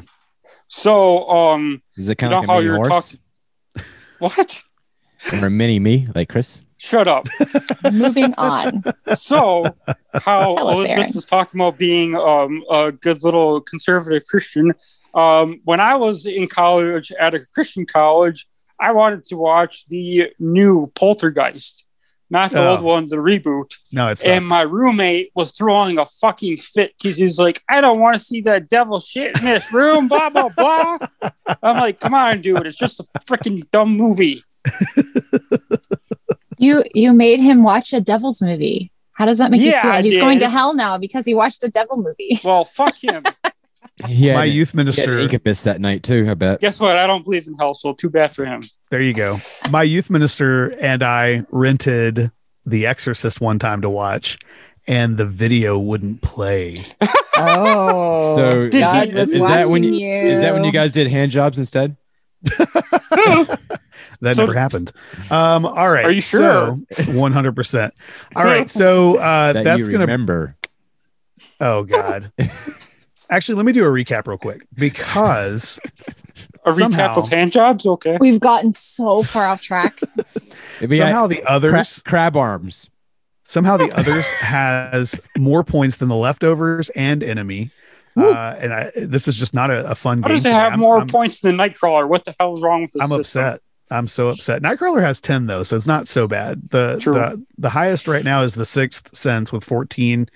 Speaker 4: So, um,
Speaker 3: Is it kind
Speaker 4: You
Speaker 3: of like
Speaker 4: know
Speaker 3: a
Speaker 4: how
Speaker 3: mini
Speaker 4: you're
Speaker 3: horse
Speaker 4: what?
Speaker 3: or a mini me, like Chris?
Speaker 4: Shut up.
Speaker 5: Moving on.
Speaker 4: So, how
Speaker 5: Tell us, Aaron.
Speaker 4: Elizabeth was talking about being um, a good little conservative Christian. Um, when I was in college at a Christian college, I wanted to watch the new Poltergeist, not the
Speaker 2: Oh.
Speaker 4: old one, the reboot.
Speaker 2: No, it's
Speaker 4: And my roommate was throwing a fucking fit because he's like, I don't want to see that devil shit in this room, blah, blah, blah. I'm like, come on, dude. It's just a freaking dumb movie.
Speaker 5: You you made him watch a devil's movie. How does that make
Speaker 4: Yeah,
Speaker 5: you
Speaker 4: I
Speaker 5: feel? He's going
Speaker 4: did.
Speaker 5: to hell now because he watched a devil movie.
Speaker 4: Well, fuck him.
Speaker 3: Yeah,
Speaker 2: my youth minister.
Speaker 3: incubus that night too. I bet.
Speaker 4: Guess what? I don't believe in hell, so too bad for him.
Speaker 2: There you go. My youth minister and I rented The Exorcist one time to watch, and the video wouldn't play.
Speaker 5: Oh,
Speaker 3: So is
Speaker 5: God
Speaker 4: he-
Speaker 5: was
Speaker 4: is
Speaker 5: watching
Speaker 4: that
Speaker 3: when
Speaker 5: you,
Speaker 3: you- Is that when you guys did hand jobs instead?
Speaker 2: That
Speaker 4: So-
Speaker 2: never happened. Um, all right.
Speaker 4: Are you sure?
Speaker 2: One hundred percent. All right. So uh,
Speaker 3: that
Speaker 2: that's
Speaker 3: you
Speaker 2: gonna.
Speaker 3: remember.
Speaker 2: Oh God. Actually, let me do a recap real quick because
Speaker 4: A
Speaker 2: Somehow.
Speaker 4: recap of hand jobs? Okay.
Speaker 5: We've gotten so far off track.
Speaker 3: It'd be like
Speaker 2: somehow the
Speaker 3: cra-
Speaker 2: others
Speaker 3: crab arms.
Speaker 2: Somehow the others has more points than the leftovers and enemy.
Speaker 5: Ooh.
Speaker 2: Uh, and I, this is just not a, a fun
Speaker 4: How
Speaker 2: game.
Speaker 4: does it
Speaker 2: for me.
Speaker 4: have
Speaker 2: I'm-
Speaker 4: more
Speaker 2: I'm,
Speaker 4: points than Nightcrawler? What the hell is wrong with this?
Speaker 2: I'm
Speaker 4: system?
Speaker 2: upset. I'm so upset. Nightcrawler has 10 though, so it's not so bad. The,
Speaker 4: True.
Speaker 2: the the highest right now is the sixth sense with 14,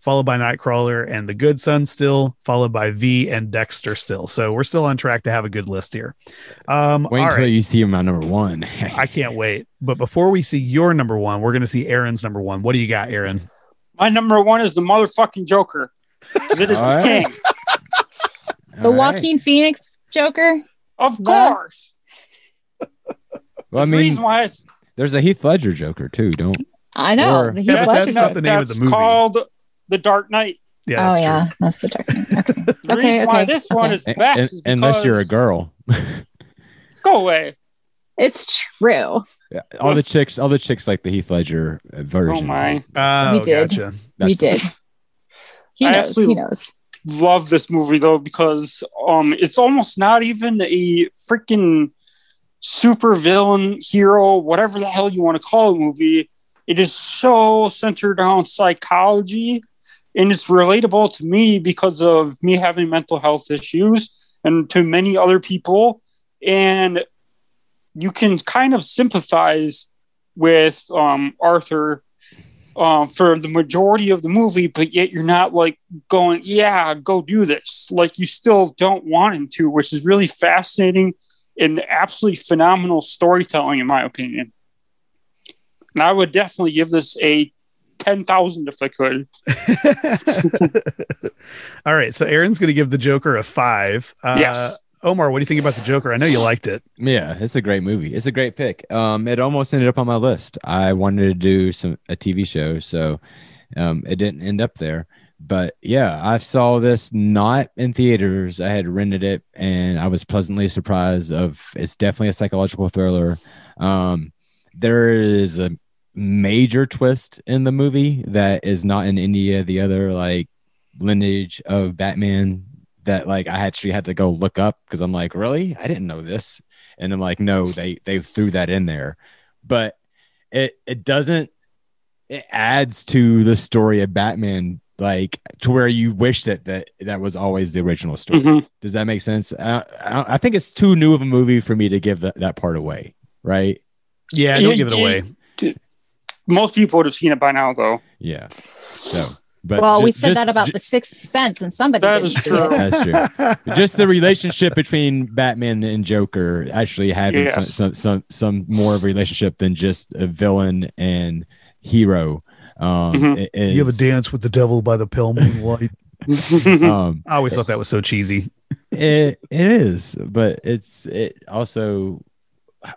Speaker 2: followed by Nightcrawler and the good son still, followed by V and Dexter still. So we're still on track to have a good list here. Um
Speaker 3: Wait
Speaker 2: all
Speaker 3: until
Speaker 2: right.
Speaker 3: you see my number one.
Speaker 2: I can't wait. But before we see your number one, we're gonna see Aaron's number one. What do you got, Aaron?
Speaker 4: My number one is the motherfucking Joker. 'Cause It is
Speaker 3: All
Speaker 4: the
Speaker 3: right.
Speaker 4: king.
Speaker 5: The
Speaker 3: All right.
Speaker 5: Joaquin Phoenix Joker.
Speaker 4: Of
Speaker 5: Well,
Speaker 4: course.
Speaker 3: Well, I
Speaker 4: the reason
Speaker 3: mean,
Speaker 4: why it's
Speaker 3: there's a Heath Ledger Joker too. Don't.
Speaker 5: I know.
Speaker 3: Or-
Speaker 5: the
Speaker 2: Yeah,
Speaker 5: Heath
Speaker 2: but
Speaker 5: Ledger
Speaker 2: that's not
Speaker 5: Joker.
Speaker 2: the name of the
Speaker 4: that's
Speaker 2: movie.
Speaker 4: called The Dark Knight.
Speaker 2: Yeah,
Speaker 5: Oh
Speaker 2: that's true.
Speaker 5: yeah, that's the Dark Knight. Okay.
Speaker 4: The
Speaker 5: Okay,
Speaker 4: reason why
Speaker 5: okay,
Speaker 4: this one
Speaker 5: okay.
Speaker 4: is
Speaker 3: Un-
Speaker 4: best is
Speaker 3: unless you're a
Speaker 4: because-
Speaker 3: girl.
Speaker 4: Go away.
Speaker 5: It's true.
Speaker 3: Yeah, all the chicks, all the chicks like the Heath Ledger uh, version.
Speaker 4: Oh my.
Speaker 2: Oh,
Speaker 5: We did.
Speaker 2: gotcha.
Speaker 5: we
Speaker 3: That's-
Speaker 5: did. He
Speaker 4: I
Speaker 5: knows.
Speaker 4: absolutely-
Speaker 5: He knows.
Speaker 4: Love this movie though because um it's almost not even a freaking super villain hero, whatever the hell you want to call a movie. It is so centered on psychology and it's relatable to me because of me having mental health issues and to many other people and you can kind of sympathize with um, Arthur um, for the majority of the movie, but yet you're not like going, yeah, go do this. Like you still don't want him to, which is really fascinating and absolutely phenomenal storytelling, in my opinion. And I would definitely give this a 10,000 if I could.
Speaker 2: All right, so Aaron's going to give the Joker a five. Uh,
Speaker 4: yes.
Speaker 2: Omar, what do you think about the Joker? I know you liked it.
Speaker 3: Yeah, it's a great movie. It's a great pick. Um, it almost ended up on my list. I wanted to do some a TV show, so um, it didn't end up there. But yeah, I saw this not in theaters. I had rented it, and I was pleasantly surprised. Of it's definitely a psychological thriller. Um, there is a major twist in the movie that is not in India. The other like lineage of Batman that like I actually had to go look up because I'm like, really? I didn't know this. And I'm like, no, they they threw that in there. But it it doesn't it adds to the story of Batman like to where you wish that that that was always the original story.
Speaker 4: Mhm.
Speaker 3: Does that make sense? Uh, I, I think it's too new of a movie for me to give that, that part away, right?
Speaker 2: Yeah,
Speaker 4: Yeah,
Speaker 2: don't give it
Speaker 4: yeah.
Speaker 2: away.
Speaker 4: Most people would have seen it by now, though.
Speaker 3: Yeah. So, but
Speaker 5: well,
Speaker 3: ju-
Speaker 5: we said
Speaker 3: just-
Speaker 5: that about
Speaker 3: ju-
Speaker 5: the Sixth Sense, and somebody
Speaker 4: That
Speaker 5: didn't
Speaker 4: is
Speaker 5: see
Speaker 4: true.
Speaker 5: it.
Speaker 3: That's true. just the relationship between Batman and Joker actually having some,
Speaker 4: Yes.
Speaker 3: some some some more of a relationship than just a villain and hero. Um,
Speaker 4: Mhm.
Speaker 3: it- it's-
Speaker 2: You have a dance with the devil by the pale moonlight.
Speaker 4: Mm-hmm.
Speaker 3: Um,
Speaker 2: I always thought that was so cheesy.
Speaker 3: it, it is, but it's it also.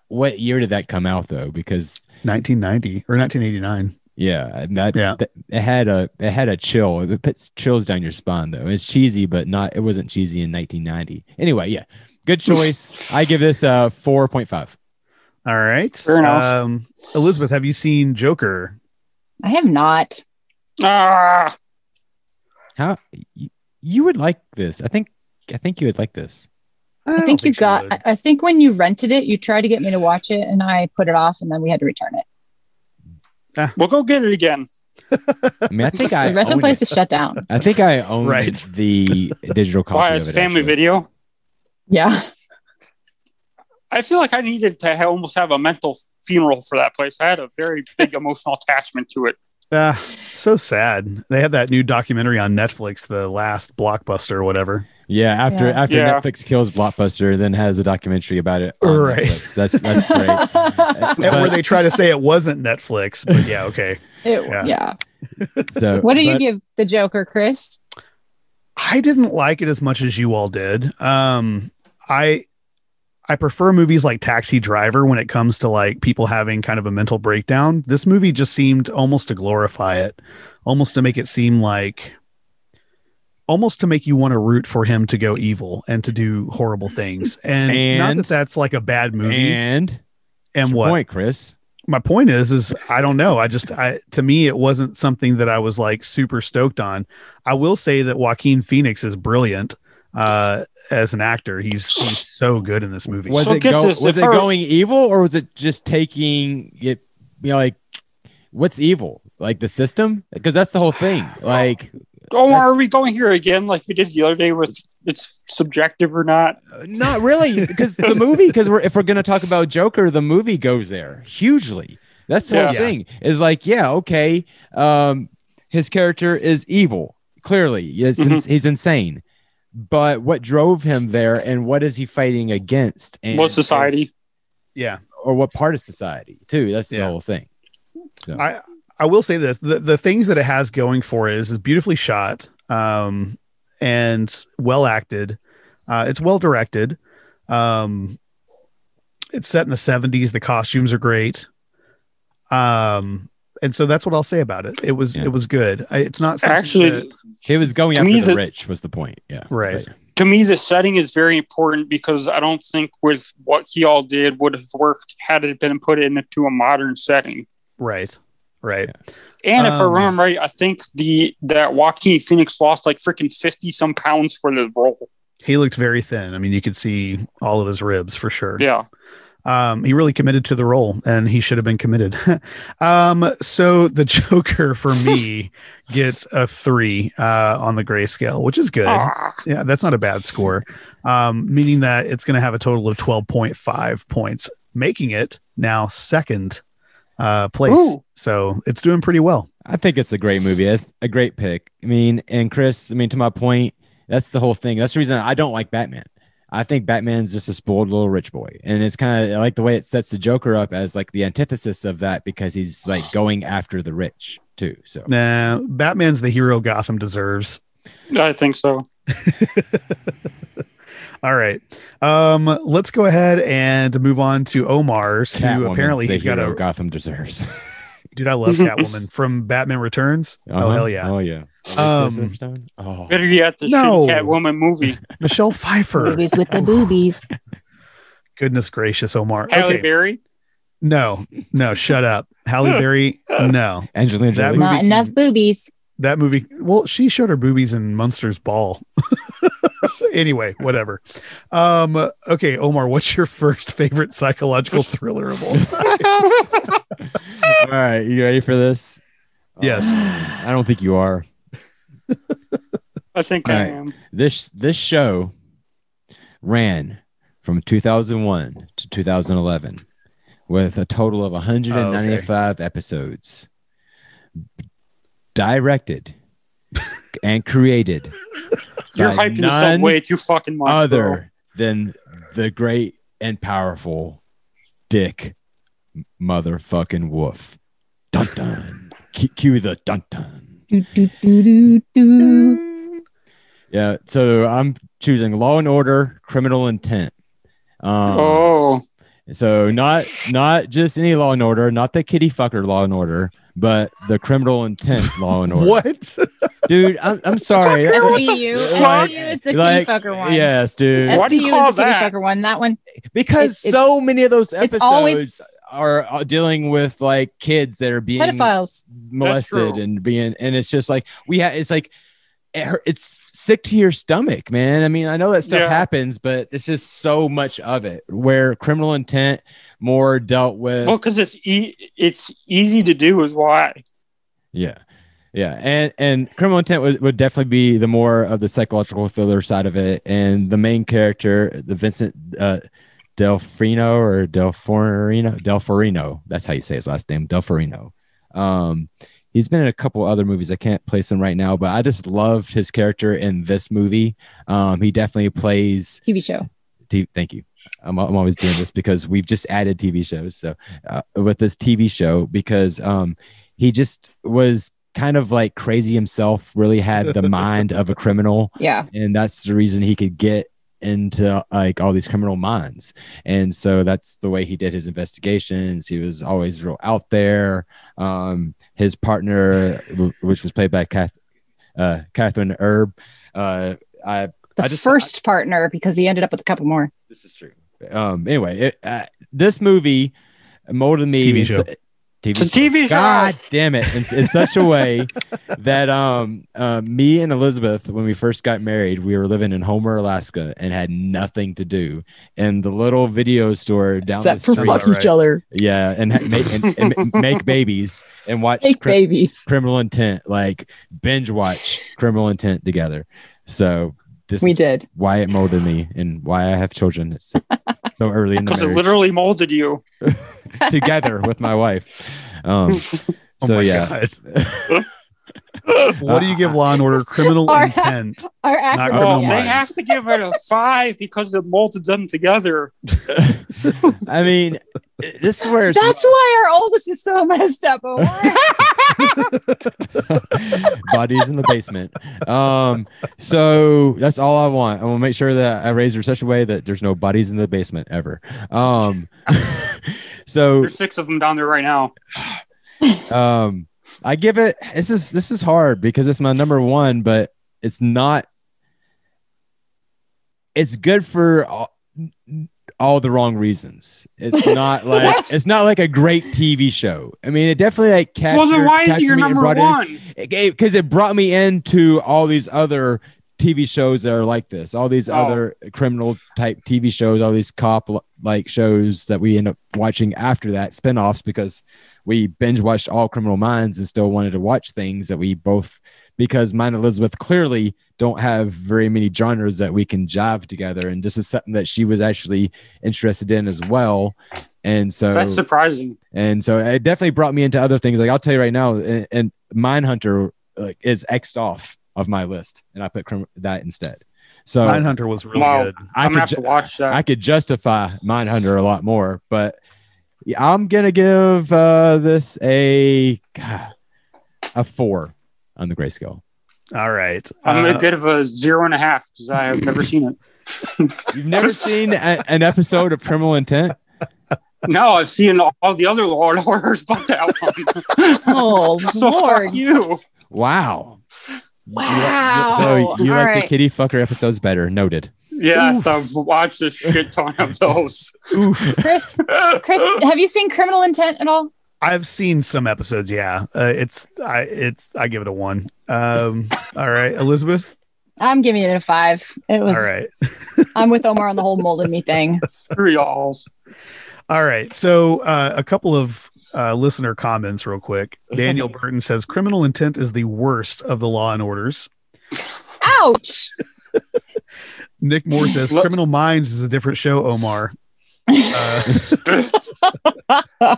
Speaker 3: What year did that come out though? Because
Speaker 2: 1990 or 1989.
Speaker 3: Yeah, and that,
Speaker 2: Yeah.
Speaker 3: that- it had a it had a chill. It puts chills down your spine though. It's cheesy, but not it wasn't cheesy in 1990. Anyway, yeah, good choice. I give this a 4.5.
Speaker 2: All right.
Speaker 4: Fair enough.
Speaker 2: Um, Elizabeth, have you seen Joker?
Speaker 5: I have not.
Speaker 4: ah,
Speaker 3: How you, you would like this? I think I think you would like this.
Speaker 5: I,
Speaker 2: don't
Speaker 5: think you
Speaker 2: she
Speaker 5: got.
Speaker 2: would.
Speaker 5: I, I think when you rented it, you tried to get me to watch it, and I put it off, and then we had to return it.
Speaker 4: we'll go get it again.
Speaker 3: I mean, I think I
Speaker 5: the rental
Speaker 3: own
Speaker 5: place
Speaker 3: it.
Speaker 5: is shut down.
Speaker 3: I think I own
Speaker 2: Right.
Speaker 3: the digital copy
Speaker 4: Why
Speaker 3: of
Speaker 4: it's
Speaker 3: it.
Speaker 4: family
Speaker 3: actually.
Speaker 4: video.
Speaker 5: Yeah,
Speaker 4: I feel like I needed to ha- almost have a mental funeral for that place. I had a very big emotional attachment to it.
Speaker 2: Ah, so sad. They have that new documentary on Netflix, The Last Blockbuster or whatever.
Speaker 3: Yeah, after
Speaker 5: Yeah.
Speaker 3: after
Speaker 4: Yeah.
Speaker 3: Netflix kills Blockbuster, then has a documentary about it. on
Speaker 2: Right.
Speaker 3: Netflix. That's that's great.
Speaker 2: And where
Speaker 3: But-
Speaker 2: they try to say it wasn't Netflix, but yeah, okay.
Speaker 5: It-
Speaker 2: Yeah.
Speaker 5: yeah.
Speaker 3: So
Speaker 5: What do you
Speaker 3: but-
Speaker 5: give the Joker, Chris?
Speaker 2: I didn't like it as much as you all did. Um, I I prefer movies like Taxi Driver when it comes to like people having kind of a mental breakdown. This movie just seemed almost to glorify it, almost to make it seem like almost to make you want to root for him to go evil and to do horrible things. And, not
Speaker 3: And-
Speaker 2: that that's like a bad movie. And,
Speaker 3: And your
Speaker 2: what
Speaker 3: point, Chris?
Speaker 2: my point is is I don't know. I just I to me it wasn't something that I was like super stoked on. I will say that Joaquin Phoenix is brilliant uh as an actor. He's he's so good in this movie.
Speaker 3: was
Speaker 4: So
Speaker 3: it
Speaker 4: get
Speaker 3: go,
Speaker 4: this,
Speaker 3: was
Speaker 4: if
Speaker 3: it
Speaker 4: I-
Speaker 3: going evil or was it just taking it you know like what's evil like the system because that's the whole thing like
Speaker 4: Oh,
Speaker 3: That's-
Speaker 4: are we going here again like we did the other day with it's subjective or not?
Speaker 3: not really because the movie because we're if we're gonna talk about Joker the movie goes there hugely that's the whole
Speaker 4: Yeah.
Speaker 3: thing is like yeah okay um his character is evil clearly it's
Speaker 4: Mhm.
Speaker 3: ins- he's insane but what drove him there and what is he fighting against and
Speaker 4: What society?
Speaker 3: is-
Speaker 2: Yeah.
Speaker 3: or what part of society too that's the
Speaker 2: Yeah.
Speaker 3: whole thing So-
Speaker 2: I I will say this: the the things that it has going for it is it's beautifully shot, um, and well acted. Uh, it's well directed. Um, it's set in the seventies. The costumes are great. Um, and so that's what I'll say about it. It was
Speaker 3: Yeah.
Speaker 2: it was good. I, it's not something
Speaker 4: Actually,
Speaker 2: that-
Speaker 3: He was going
Speaker 4: To
Speaker 3: after
Speaker 4: me,
Speaker 3: the
Speaker 4: the-
Speaker 3: rich was the point. Yeah.
Speaker 2: Right.
Speaker 4: to me the setting is very important because i don't think with what he all did would have worked had it been put into a modern setting
Speaker 2: right, right.
Speaker 4: and if i
Speaker 2: Um,
Speaker 4: remember right i think the that joaquin phoenix lost like freaking 50 some pounds for the role
Speaker 2: He looked very thin. I mean, you could see all of his ribs for sure.
Speaker 4: yeah
Speaker 2: um, he really committed to the role and he should have been committed. um, so the Joker for me gets a three uh, on the grayscale, which is good.
Speaker 4: Ah,
Speaker 2: Yeah, that's not a bad score, um, meaning that it's going to have a total of 12.5 points, making it now second uh, place.
Speaker 4: Ooh.
Speaker 2: So it's doing pretty well.
Speaker 3: I think it's a great movie. It's a great pick. I mean, and Chris, I mean, to my point, that's the whole thing. That's the reason I don't like Batman. I think Batman's just a spoiled little rich boy. And it's kind of like the way it sets the Joker up as like the antithesis of that because he's like going after the rich too. So
Speaker 2: Nah, Batman's the hero Gotham deserves.
Speaker 4: i think so
Speaker 2: All right. Um, let's go ahead and move on to Omar's, who
Speaker 3: Catwoman's
Speaker 2: apparently
Speaker 3: the
Speaker 2: he's got
Speaker 3: hero
Speaker 2: a
Speaker 3: Gotham deserves.
Speaker 2: Dude, I love Catwoman from Batman Returns. Oh
Speaker 3: Uh-huh.
Speaker 2: hell yeah,
Speaker 3: Oh yeah.
Speaker 2: Um,
Speaker 3: oh.
Speaker 4: better yet the
Speaker 2: No.
Speaker 4: shitty catwoman movie
Speaker 2: Michelle Pfeiffer.
Speaker 5: Movies with the boobies.
Speaker 2: Goodness gracious, Omar.
Speaker 4: halle
Speaker 2: Okay.
Speaker 4: berry
Speaker 2: No, no, shut up, Halle Berry. No,
Speaker 3: Angelina
Speaker 2: That
Speaker 3: Jolie.
Speaker 2: movie-
Speaker 5: Not enough boobies.
Speaker 2: that movie. Well, she showed her boobies in Munster's Ball. anyway, whatever. Um, okay, Omar, what's your first favorite psychological thriller of all time?
Speaker 3: All right, you ready for this?
Speaker 2: Yes.
Speaker 3: I don't think you are.
Speaker 4: i think i
Speaker 3: Alright.
Speaker 4: am
Speaker 3: this this show ran from 2001 to 2011 with a total of 195 episodes directed and created
Speaker 2: Uh,
Speaker 4: you're
Speaker 3: by
Speaker 4: hyping this up
Speaker 3: none
Speaker 4: way too fucking much bro.
Speaker 3: other than the great and powerful dick motherfucking wolf dun dun Cue- Cue the dun dun.
Speaker 5: Do, do, do, do, do.
Speaker 3: Yeah, so I'm choosing Law and Order, Criminal Intent. Um,
Speaker 4: oh,
Speaker 3: So not not just any Law and Order, not the kitty fucker Law and Order, but the Criminal Intent Law and Order.
Speaker 2: What?
Speaker 3: dude? I'm, I'm sorry.
Speaker 4: What the
Speaker 5: SVU.
Speaker 4: fuck?
Speaker 5: SVU is the kitty
Speaker 3: Like,
Speaker 5: fucker one.
Speaker 3: Yes, dude.
Speaker 4: Why do you
Speaker 5: SVU
Speaker 4: call
Speaker 5: is the kitty
Speaker 4: that?
Speaker 5: fucker one. That one.
Speaker 3: because
Speaker 5: it's-
Speaker 3: so many of those
Speaker 5: it's
Speaker 3: episodes
Speaker 5: always-
Speaker 3: are uh, dealing with like kids that are being
Speaker 5: Pedophiles.
Speaker 3: molested
Speaker 4: true.
Speaker 3: and being and it's just like we ha- it's like it hurt- it's sick to your stomach man i mean i know that stuff
Speaker 4: Yeah.
Speaker 3: happens but it's just so much of it where criminal intent more dealt with
Speaker 4: well, because it's e- it's easy to do is why.
Speaker 3: yeah yeah and and criminal intent would, would definitely be the more of the psychological thriller side of it and the main character the vincent uh delfino or delforino delforino that's how you say his last name delforino um he's been in a couple other movies i can't place him right now but i just loved his character in this movie um he definitely plays
Speaker 5: TV show.
Speaker 3: T- thank you. I'm, I'm always doing this because we've just added TV shows. So uh, with this TV show, because um, he just was kind of like crazy himself, really had the mind of a criminal
Speaker 5: Yeah.
Speaker 3: and that's the reason he could get into like all these criminal minds and so that's the way he did his investigations he was always real out there um his partner w- which was played by Kath, uh catherine herb uh i
Speaker 5: The
Speaker 3: I just-
Speaker 5: first partner because he ended up with a couple more.
Speaker 3: this is true um anyway it, uh, this movie molded me
Speaker 2: TV
Speaker 3: in
Speaker 2: show.
Speaker 3: s- TV
Speaker 4: It's a TV show.
Speaker 3: God damn it! In, in such a way that um, uh, me and Elizabeth, when we first got married, we were living in Homer, Alaska, and had nothing to do. And the little video store down the
Speaker 5: Except for
Speaker 3: street,
Speaker 2: fuck-
Speaker 5: fuck each
Speaker 2: right.
Speaker 5: other.
Speaker 3: yeah, and, ha- make, and, and ma- make babies and watch
Speaker 5: Fake
Speaker 3: cri-
Speaker 5: babies.
Speaker 3: Criminal Intent, like binge watch Criminal Intent together. So this
Speaker 5: We
Speaker 3: is
Speaker 5: did.
Speaker 3: why it molded me and why I have children so, so early in the
Speaker 4: Because it
Speaker 3: marriage
Speaker 4: literally molded you.
Speaker 3: together with my wife. Um,
Speaker 2: Oh
Speaker 3: so
Speaker 2: my
Speaker 3: yeah.
Speaker 2: God. What do you give Law and Order? Criminal
Speaker 5: Or-
Speaker 2: intent.
Speaker 5: Our
Speaker 2: Not
Speaker 5: acronym.
Speaker 4: Oh,
Speaker 2: criminal
Speaker 4: they
Speaker 2: minds.
Speaker 4: have to give it a five because it molded them together.
Speaker 3: I mean, this is where it's,
Speaker 5: That's why our oldest is so messed up. Oh, why?
Speaker 3: bodies in the basement. Um, so that's all I want. I want to make sure that I raise her such a way that there's no bodies in the basement ever. Um, so
Speaker 4: There's six of them down there right now.
Speaker 3: um, I give it. This is this is hard because it's my number one, but it's not. It's good for all, all the wrong reasons. It's not like
Speaker 5: What?
Speaker 3: it's not like a great TV show. I mean, it definitely like captured,
Speaker 4: well, then why is
Speaker 3: captured
Speaker 4: it your
Speaker 3: me and
Speaker 4: number
Speaker 3: brought in-
Speaker 4: one?
Speaker 3: it gave because it brought me into all these other TV shows that are like this, all these
Speaker 4: Oh.
Speaker 3: other criminal type TV shows, all these cop li- like shows that we end up watching after that spin-offs because we binge watched all Criminal Minds and still wanted to watch things that we both because mine and Elizabeth clearly don't have very many genres that we can jive together, and this is something that she was actually interested in as well, and so
Speaker 4: That's surprising.
Speaker 3: and so it definitely brought me into other things. Like I'll tell you right now, and, and Mindhunter like, is X'd off of my list, and I put crim- that instead. So
Speaker 2: Mindhunter was really
Speaker 4: Wow.
Speaker 2: good.
Speaker 3: I
Speaker 4: I'm
Speaker 3: could
Speaker 4: gonna have
Speaker 3: ju-
Speaker 4: to watch that.
Speaker 3: I could justify Mindhunter a lot more, but yeah, I'm gonna give uh, this a God, a four on the grayscale.
Speaker 2: All right.
Speaker 4: I'm
Speaker 2: Uh,
Speaker 4: gonna give it a zero and a half because I have never seen it.
Speaker 3: You've never seen a- an episode of Criminal Intent?
Speaker 4: No, I've seen all the other Law and Orders, but that one.
Speaker 5: oh
Speaker 4: so
Speaker 5: Lord.
Speaker 4: fuck you.
Speaker 3: Wow.
Speaker 5: Wow.
Speaker 3: So you like
Speaker 5: All
Speaker 3: the
Speaker 5: right.
Speaker 3: kitty fucker episodes better? Noted.
Speaker 4: Yes, I've watched a shit ton of those.
Speaker 5: Chris, Chris, have you seen Criminal Intent at all?
Speaker 2: I've seen some episodes. Yeah, uh, it's I it's I give it a one. Um, all right, Elizabeth.
Speaker 5: I'm giving it a five. It
Speaker 2: All
Speaker 5: was.
Speaker 2: right,
Speaker 5: I'm with Omar on the whole molded me thing.
Speaker 4: Three alls.
Speaker 2: all right. So uh, a couple of uh, listener comments, real quick. Daniel Burton says criminal intent is the worst of the Law and Orders.
Speaker 5: Ouch.
Speaker 2: Nick Moore says
Speaker 4: Look-
Speaker 2: Criminal Minds is a different show. Omar. Uh,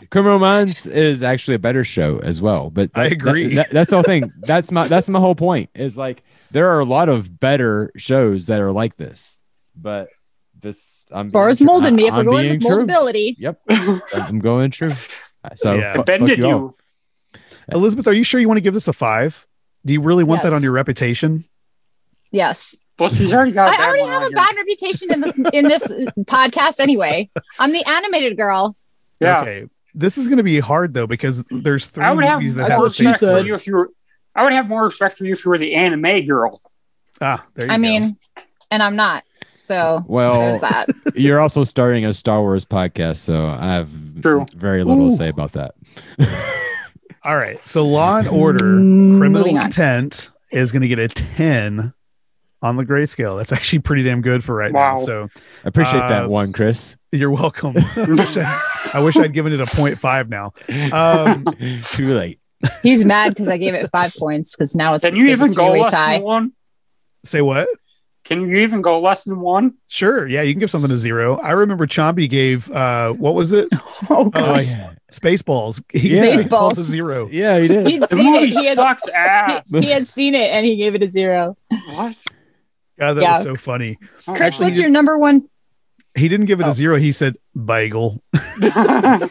Speaker 3: Criminal Minds is actually a better show as well. But
Speaker 2: I agree.
Speaker 3: that- that's the whole thing. That's my that's my whole point. Is like there are a lot of better shows that are like this, but this I'm
Speaker 5: As far as
Speaker 3: being true.
Speaker 5: molded me, if
Speaker 3: I'm
Speaker 5: we're going with
Speaker 3: being true.
Speaker 5: moldability,
Speaker 3: Yep, I'm going true. So
Speaker 2: Yeah.
Speaker 3: fu-
Speaker 4: Bended
Speaker 3: fuck you all.
Speaker 4: you.
Speaker 2: Elizabeth, are you sure you want to give this a five? Do you really want that
Speaker 5: Yes.
Speaker 2: on your reputation?
Speaker 5: Yes,
Speaker 4: But she's already got.
Speaker 5: I already
Speaker 4: one
Speaker 5: have
Speaker 4: on
Speaker 5: a
Speaker 4: here.
Speaker 5: bad reputation in this in this podcast anyway. I'm the animated girl.
Speaker 4: Yeah,
Speaker 2: Okay. This is going to be hard though because there's three
Speaker 4: I would have
Speaker 2: movies
Speaker 4: more
Speaker 2: that have the
Speaker 5: she
Speaker 2: same
Speaker 4: respect for
Speaker 5: said.
Speaker 2: word.
Speaker 4: you if you were. I would have more respect for you if you were the anime girl.
Speaker 2: Ah, there you
Speaker 5: I
Speaker 2: go.
Speaker 5: mean, and I'm not. So
Speaker 3: Well,
Speaker 5: there's that.
Speaker 3: you're also starting a Star Wars podcast, so I have
Speaker 4: True.
Speaker 3: very little
Speaker 2: Ooh.
Speaker 3: to say about that.
Speaker 2: All right. So Law and Order
Speaker 5: Mm,
Speaker 2: Criminal
Speaker 5: moving on.
Speaker 2: Intent is going to get a 10 on the grayscale. That's actually pretty damn good for right now.
Speaker 4: Wow.
Speaker 2: So
Speaker 3: I appreciate
Speaker 2: Uh,
Speaker 3: that one, Chris.
Speaker 2: you're welcome. I, wish I, I wish I'd given it a 0.5 now. Um,
Speaker 3: Too late.
Speaker 5: He's mad because I gave it five points because now it's
Speaker 4: Can you
Speaker 5: it's
Speaker 4: even
Speaker 5: a
Speaker 4: go
Speaker 5: three-way
Speaker 4: less
Speaker 5: tie.
Speaker 4: than one?
Speaker 2: say what?
Speaker 4: Can you even go less than one?
Speaker 2: Sure. Yeah, you can give something a zero. I remember Chombi gave uh what was it?
Speaker 5: Oh
Speaker 2: Oh,
Speaker 5: gosh,
Speaker 2: yeah. Spaceballs. He
Speaker 3: Yeah.
Speaker 2: gave Spaceballs a
Speaker 5: Spaceballs.
Speaker 2: zero.
Speaker 3: Yeah, you did.
Speaker 5: he'd
Speaker 4: The
Speaker 5: seen
Speaker 4: movie
Speaker 5: it. He had,
Speaker 4: sucks ass.
Speaker 5: he, he had seen it and he gave it a zero.
Speaker 4: what?
Speaker 2: God, that
Speaker 5: Yeah.
Speaker 2: was so funny.
Speaker 4: Oh,
Speaker 5: Chris,
Speaker 4: my
Speaker 5: what's your number one?
Speaker 2: He didn't give it
Speaker 5: Oh.
Speaker 2: a zero. He said bagel.
Speaker 4: God.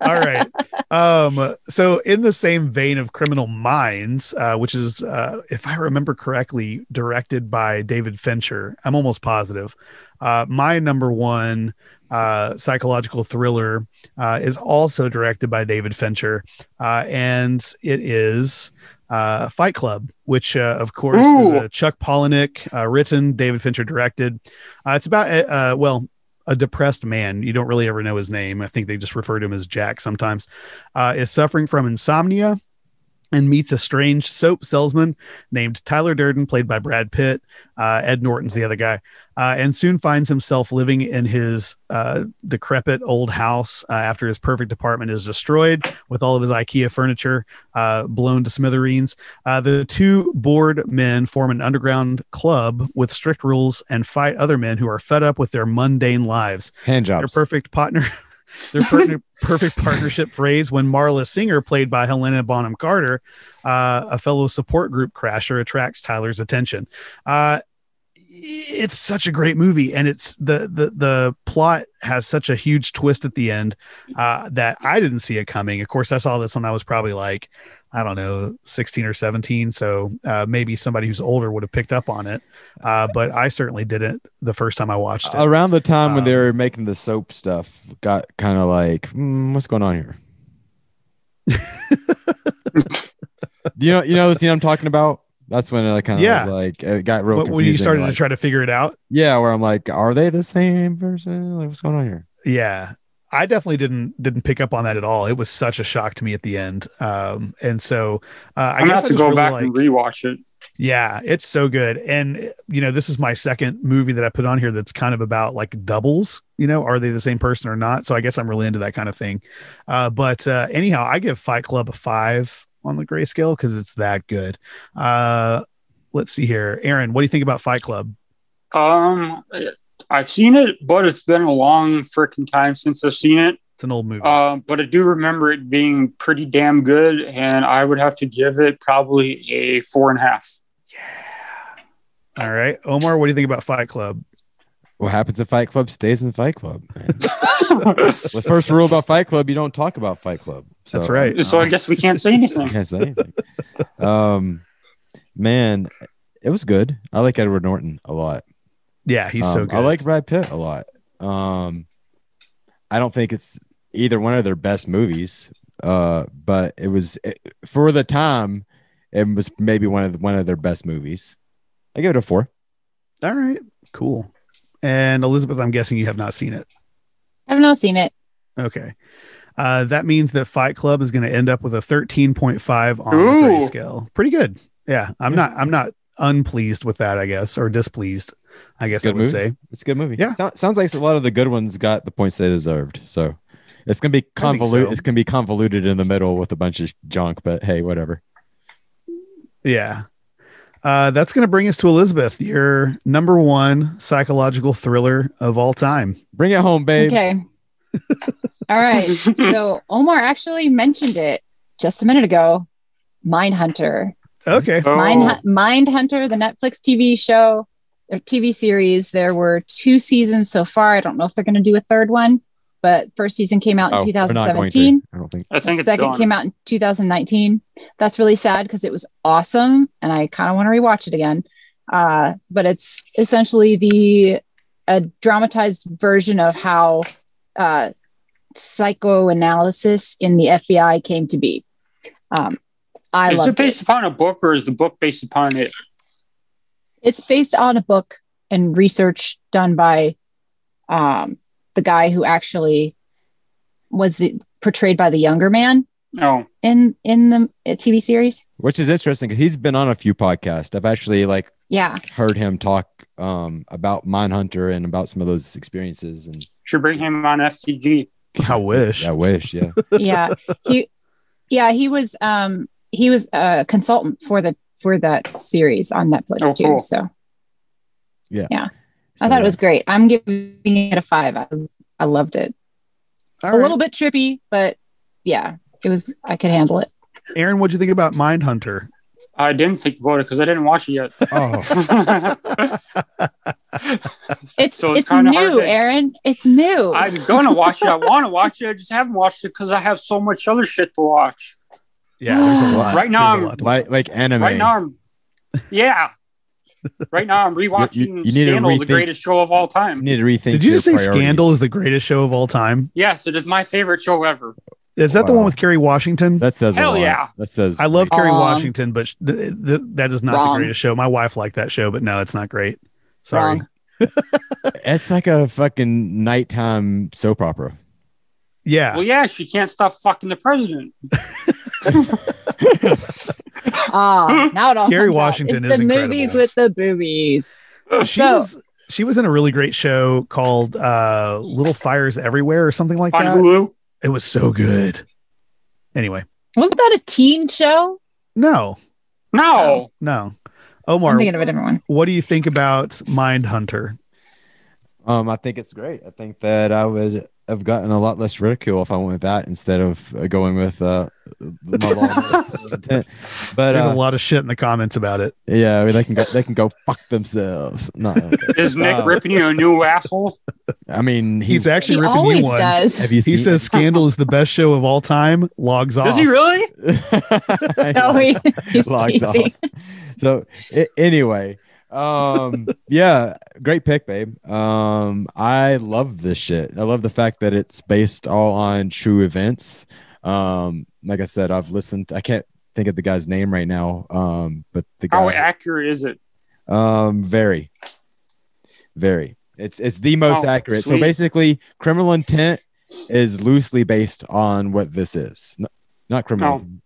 Speaker 2: All right. Um, so in the same vein of Criminal Minds, uh, which is, uh, if I remember correctly, directed by David Fincher. I'm almost positive. Uh, my number one uh, psychological thriller uh, is also directed by David Fincher, uh, and it is. Uh, Fight Club, which uh, of course is
Speaker 4: Ooh.
Speaker 2: a Chuck Palahniuk uh, written, David Fincher directed. Uh, it's about uh, uh, well, a depressed man. You don't really ever know his name. I think they just refer to him as Jack sometimes. Uh, is suffering from insomnia and meets a strange soap salesman named Tyler Durden, played by Brad Pitt. Uh, Ed Norton's the other guy, uh, and soon finds himself living in his uh, decrepit old house uh, after his perfect apartment is destroyed with all of his IKEA furniture uh, blown to smithereens. Uh, the two bored men form an underground club with strict rules and fight other men who are fed up with their mundane lives.
Speaker 3: Hand
Speaker 2: Their
Speaker 3: jobs.
Speaker 2: perfect partner. Their partner, perfect partnership phrase when Marla Singer, played by Helena Bonham Carter, uh, a fellow support group crasher, attracts Tyler's attention. Uh, it's such a great movie, and it's the the the plot has such a huge twist at the end uh, that I didn't see it coming. Of course, I saw this when I was probably like I don't know, 16 or 17. So uh, maybe somebody who's older would have picked up on it. Uh, but I certainly didn't the first time I watched it.
Speaker 3: Around the time when they
Speaker 2: Um,
Speaker 3: were making the soap stuff, got kind of like, "Hmm, what's going on here? Do you know, you know the scene I'm talking about. That's when I kind of
Speaker 2: Yeah.
Speaker 3: was like, it got real.
Speaker 2: But when you
Speaker 3: confusing,
Speaker 2: started
Speaker 3: like,
Speaker 2: to try to figure it out,
Speaker 3: yeah, where I'm like, are they the same person? Like, what's going on here?
Speaker 2: yeah, I definitely didn't didn't pick up on that at all. It was such a shock to me at the end. Um, and so uh, I
Speaker 4: I'm gonna
Speaker 2: guess
Speaker 4: have
Speaker 2: I
Speaker 4: to
Speaker 2: just
Speaker 4: go
Speaker 2: really
Speaker 4: back
Speaker 2: like,
Speaker 4: and rewatch it.
Speaker 2: Yeah, it's so good. And you know, this is my second movie that I put on here that's kind of about like doubles, you know, are they the same person or not? So I guess I'm really into that kind of thing. Uh but uh anyhow, I give Fight Club a 5 on the grayscale cuz it's that good. Uh let's see here. Aaron, what do you think about Fight Club?
Speaker 4: Um, I've seen it, but it's been a long freaking time since I've seen it.
Speaker 2: It's an old movie.
Speaker 4: Uh, but I do remember it being pretty damn good, and I would have to give it probably a four and a half.
Speaker 2: All right. Omar, what do you think about Fight Club?
Speaker 3: What happens at Fight Club stays in Fight Club. man. the first rule about Fight Club, you don't talk about Fight Club. So,
Speaker 2: That's right.
Speaker 4: so I guess we can't say anything.
Speaker 3: Can't say anything. um, man, it was good. I like Edward Norton a lot.
Speaker 2: Yeah, he's so
Speaker 3: Um,
Speaker 2: good.
Speaker 3: I like Brad Pitt a lot. Um, I don't think it's either one of their best movies, uh, but it was it, for the time. It was maybe one of the, one of their best movies. I give it a four.
Speaker 2: All right. Cool. And Elizabeth, I'm guessing you have not seen it.
Speaker 5: I've not seen it.
Speaker 2: Okay. Uh, that means that Fight Club is going to end up with a 13.5 on
Speaker 4: Ooh.
Speaker 2: the scale. Pretty good. Yeah, I'm not. I'm not unpleased with that. I guess or displeased. I
Speaker 3: It's
Speaker 2: guess
Speaker 3: a
Speaker 2: I
Speaker 3: good
Speaker 2: would
Speaker 3: movie.
Speaker 2: say.
Speaker 3: It's a good movie.
Speaker 2: Yeah.
Speaker 3: So- sounds like a lot of the good ones got the points they deserved. So it's gonna be
Speaker 2: I think
Speaker 3: convoluted.
Speaker 2: so.
Speaker 3: It's gonna be convoluted in the middle with a bunch of junk. But hey, whatever.
Speaker 2: Yeah. Uh, that's going to bring us to Elizabeth, your number one psychological thriller of all time.
Speaker 3: Bring it home, babe.
Speaker 5: Okay. All right. So Omar actually mentioned it just a minute ago. Mindhunter.
Speaker 2: Okay.
Speaker 4: Oh,
Speaker 5: Mind Mindhunter, the Netflix TV show uh, or TV series. There were two seasons so far. I don't know if they're going to do a third one. but first season came out in
Speaker 3: Oh, we're not going to.
Speaker 5: 2017.
Speaker 3: I don't think.
Speaker 4: I think
Speaker 5: The
Speaker 4: it's
Speaker 5: second
Speaker 4: done.
Speaker 5: came out in 2019. That's really sad because it was awesome, and I kind of want to rewatch it again. Uh, but it's essentially the a dramatized version of how uh, psychoanalysis in the FBI came to be. Um, I
Speaker 4: is
Speaker 5: love
Speaker 4: it based upon a book or is the book based upon it?
Speaker 5: It's based on a book and research done by um, the guy who actually was the, portrayed by the younger man
Speaker 4: No.
Speaker 5: in in the uh, TV series.
Speaker 3: Which is interesting because he's been on a few podcasts. I've actually like
Speaker 5: Yeah,
Speaker 3: heard him talk um, about Mindhunter and about some of those experiences. And
Speaker 4: Should bring him on FTG.
Speaker 2: I wish.
Speaker 3: yeah, I wish, yeah,
Speaker 5: yeah, he yeah he was um he was a consultant for the for that series on Netflix
Speaker 4: Oh,
Speaker 5: too.
Speaker 4: cool.
Speaker 5: So
Speaker 3: So,
Speaker 5: I thought
Speaker 3: yeah.
Speaker 5: it was great. I'm giving it a five. I I loved it.
Speaker 2: All
Speaker 5: a
Speaker 2: right.
Speaker 5: little bit trippy, but yeah, it was I could handle it.
Speaker 2: Aaron, what'd you think about Mindhunter?
Speaker 4: I didn't think about it because I didn't watch it yet.
Speaker 3: Oh,
Speaker 5: It's
Speaker 4: So it's
Speaker 5: it's,
Speaker 4: kinda hard
Speaker 5: new,
Speaker 4: to-
Speaker 5: Aaron. It's new.
Speaker 4: I'm gonna watch it. I want to watch it. I just haven't watched it because I have so much other shit to watch.
Speaker 2: Yeah, there's a lot.
Speaker 4: Right now,
Speaker 2: There's a
Speaker 4: I'm-
Speaker 2: lot to-
Speaker 3: like like anime.
Speaker 4: Right now, I'm yeah. Right now, I'm rewatching
Speaker 3: you need to
Speaker 4: Scandal, the
Speaker 3: rethink-
Speaker 4: greatest show of all
Speaker 3: you
Speaker 4: time.
Speaker 3: need to rethink.
Speaker 2: Did you
Speaker 3: your
Speaker 2: just say Scandal
Speaker 3: priorities.
Speaker 2: is the greatest show of all time?
Speaker 4: Yes, it is my favorite show ever.
Speaker 2: Is that the
Speaker 3: Wow.
Speaker 2: one with Kerry Washington?
Speaker 3: That says
Speaker 4: Hell
Speaker 3: a lot.
Speaker 4: yeah.
Speaker 3: That says
Speaker 2: I love Kerry
Speaker 5: Wrong.
Speaker 2: Washington, but sh- th- th- that is not
Speaker 5: Um, Wrong.
Speaker 2: the greatest show. My wife liked that show, but no, it's not great. Sorry.
Speaker 5: Wrong.
Speaker 3: It's like a fucking nighttime soap opera.
Speaker 2: Yeah.
Speaker 4: Well, yeah, she can't stop fucking the president.
Speaker 5: Ah, now it all.
Speaker 2: Kerry
Speaker 5: comes out.
Speaker 2: Washington
Speaker 5: it's
Speaker 2: is
Speaker 5: the
Speaker 2: incredible.
Speaker 5: movies with the boobies.
Speaker 2: she
Speaker 5: So-
Speaker 2: was she was in a really great show called uh Little Fires Everywhere or something like
Speaker 4: On
Speaker 2: that.
Speaker 4: Hulu,
Speaker 2: It was so good. Anyway,
Speaker 5: Wasn't that a teen show?
Speaker 2: no,
Speaker 4: no,
Speaker 2: no.
Speaker 5: I'm
Speaker 2: Omar,
Speaker 5: thinking of a different one.
Speaker 2: what do you think about Mindhunter?
Speaker 3: Um, I think it's great. I think that I would have gotten a lot less ridicule if I went with that instead of uh, going with uh, my law intent. But
Speaker 2: There's a
Speaker 3: uh,
Speaker 2: lot of shit in the comments about it.
Speaker 3: yeah, I mean, they can go, they can go fuck themselves. No,
Speaker 4: is Nick
Speaker 3: Uh,
Speaker 4: ripping you a new asshole?
Speaker 3: I mean, he,
Speaker 2: He's actually
Speaker 5: He
Speaker 2: ripping you
Speaker 5: always
Speaker 2: one.
Speaker 5: does.
Speaker 3: have you seen?
Speaker 2: He says Scandal is the best show of all time. Logs off.
Speaker 4: Does he really?
Speaker 5: No, Oh, he, he's
Speaker 3: Logs off.
Speaker 5: teasing.
Speaker 3: so i anyway um yeah great pick babe um i love this shit i love the fact that it's based all on true events um like i said i've listened i can't think of the guy's name right now um but the
Speaker 4: How
Speaker 3: guy
Speaker 4: accurate is it?
Speaker 3: um very very it's it's the most
Speaker 4: Oh,
Speaker 3: accurate so
Speaker 4: sweet.
Speaker 3: basically criminal intent is loosely based on what this is N- not criminal
Speaker 4: Oh.
Speaker 3: Intent.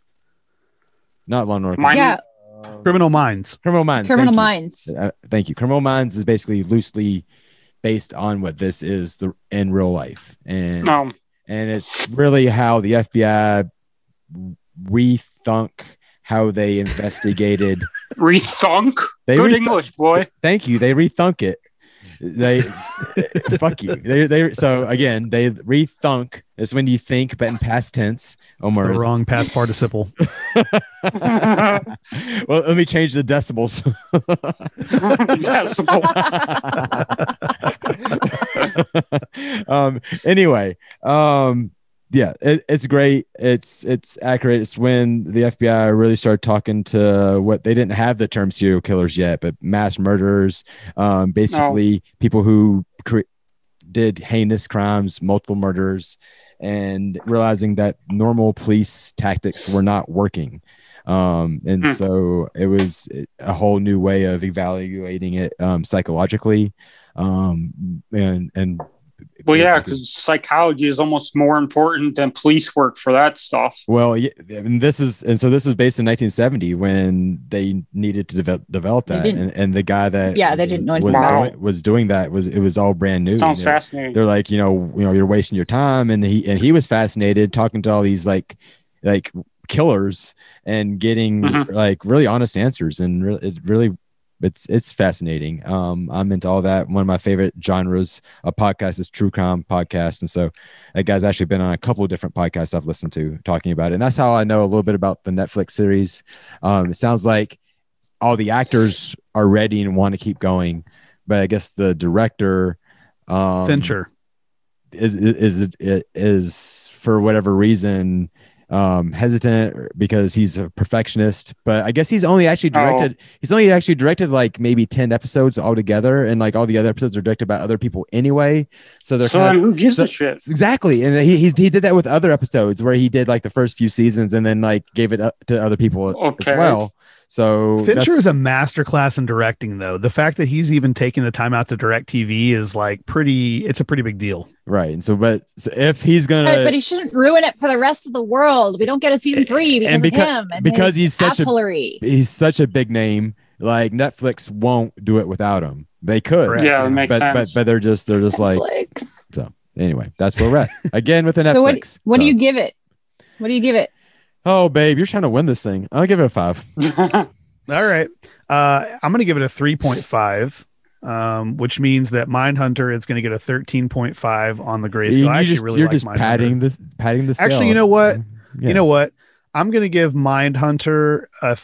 Speaker 3: not law and order
Speaker 4: Mine-
Speaker 5: Yeah,
Speaker 2: Criminal Minds.
Speaker 3: criminal minds
Speaker 5: Criminal
Speaker 3: thank you.
Speaker 5: Minds.
Speaker 3: Uh, thank you. Criminal Minds is basically loosely based on what this is the, in real life, and
Speaker 4: Um,
Speaker 3: and it's really how the FBI rethunk how they investigated.
Speaker 4: rethunk.
Speaker 3: They
Speaker 4: Good
Speaker 3: rethunk-
Speaker 4: English, boy.
Speaker 3: Thank you. They rethunk it. They fuck you. They they so again they rethunk. It's when you think, but in past tense.
Speaker 2: The
Speaker 3: Omar, is-
Speaker 2: wrong past participle.
Speaker 3: well, let me change the decibels.
Speaker 4: Decibel.
Speaker 3: um anyway um yeah it, it's great it's it's accurate it's when the fbi really started talking to what they didn't have the term serial killers yet but mass murderers um basically people who cre- did heinous crimes multiple murders and realizing that normal police tactics were not working um and
Speaker 4: Hmm.
Speaker 3: so it was a whole new way of evaluating it um psychologically um and and
Speaker 4: Well, yeah,
Speaker 3: basically-
Speaker 4: because psychology is almost more important than police work for that stuff.
Speaker 3: well yeah, and this is and so this was based in 1970 when they needed to develop develop
Speaker 5: They
Speaker 3: that
Speaker 5: didn't-
Speaker 3: and, and the guy that
Speaker 5: Yeah, they didn't know anything
Speaker 3: was,
Speaker 4: about it.
Speaker 3: doing, was doing that was it was all brand new
Speaker 4: Sounds
Speaker 3: And they-
Speaker 4: fascinating.
Speaker 3: they're like you know you know you're wasting your time and he and he was fascinated talking to all these like like killers and getting
Speaker 4: Mhm.
Speaker 3: like really honest answers and re- it really it's it's fascinating um i'm into all that one of my favorite genres of podcasts is true crime podcast and so that guy's actually been on a couple of different podcasts i've listened to talking about it and that's how i know a little bit about the netflix series um it sounds like all the actors are ready and want to keep going but i guess the director um
Speaker 2: Fincher.
Speaker 3: is is is, is for whatever reason um hesitant or- because he's a perfectionist but i guess he's only actually
Speaker 4: Oh.
Speaker 3: directed he's only actually directed like maybe 10 episodes altogether and like all the other episodes are directed by other people anyway so they're
Speaker 4: So
Speaker 3: kind of
Speaker 4: then who gives
Speaker 3: so-
Speaker 4: a shit?
Speaker 3: Exactly, and he he's, he did that with other episodes where he did like the first few seasons and then like gave it up to other people
Speaker 4: Okay.
Speaker 3: as well. So that's-
Speaker 2: Fincher is a masterclass in directing, though. The fact that he's even taking the time out to direct TV is like pretty. It's a pretty big deal.
Speaker 3: right, and so but so if he's
Speaker 5: But,
Speaker 3: gonna
Speaker 5: but he shouldn't ruin it for the rest of the world. We don't get a season three because
Speaker 3: and becau-
Speaker 5: of him and
Speaker 3: because
Speaker 5: his
Speaker 3: he's such a-
Speaker 5: assholery.
Speaker 3: he's such a big name, like Netflix won't do it without him. They could,
Speaker 2: Correct.
Speaker 4: Yeah,
Speaker 2: yeah,
Speaker 4: it makes
Speaker 3: but, but
Speaker 4: sense.
Speaker 3: but they're just they're just like
Speaker 5: Netflix.
Speaker 3: anyway. That's where we're at again with the Netflix.
Speaker 5: So what? What do
Speaker 3: So-
Speaker 5: you give it? What do you give it?
Speaker 3: Oh, babe, you're trying to win this thing. I'll give it a five.
Speaker 2: All right, uh, I'm going to give it a 3.5. Um, which means that Mindhunter is going to get a 13.5 on the grayscale.
Speaker 3: You-
Speaker 2: I
Speaker 3: you
Speaker 2: actually
Speaker 3: just,
Speaker 2: really
Speaker 3: you're
Speaker 2: like
Speaker 3: just
Speaker 2: Mindhunter.
Speaker 3: padding this, padding the.
Speaker 2: Actually,
Speaker 3: scale. Mm-hmm.
Speaker 2: you know what?
Speaker 3: Yeah.
Speaker 2: You know what? I'm going to give Mindhunter a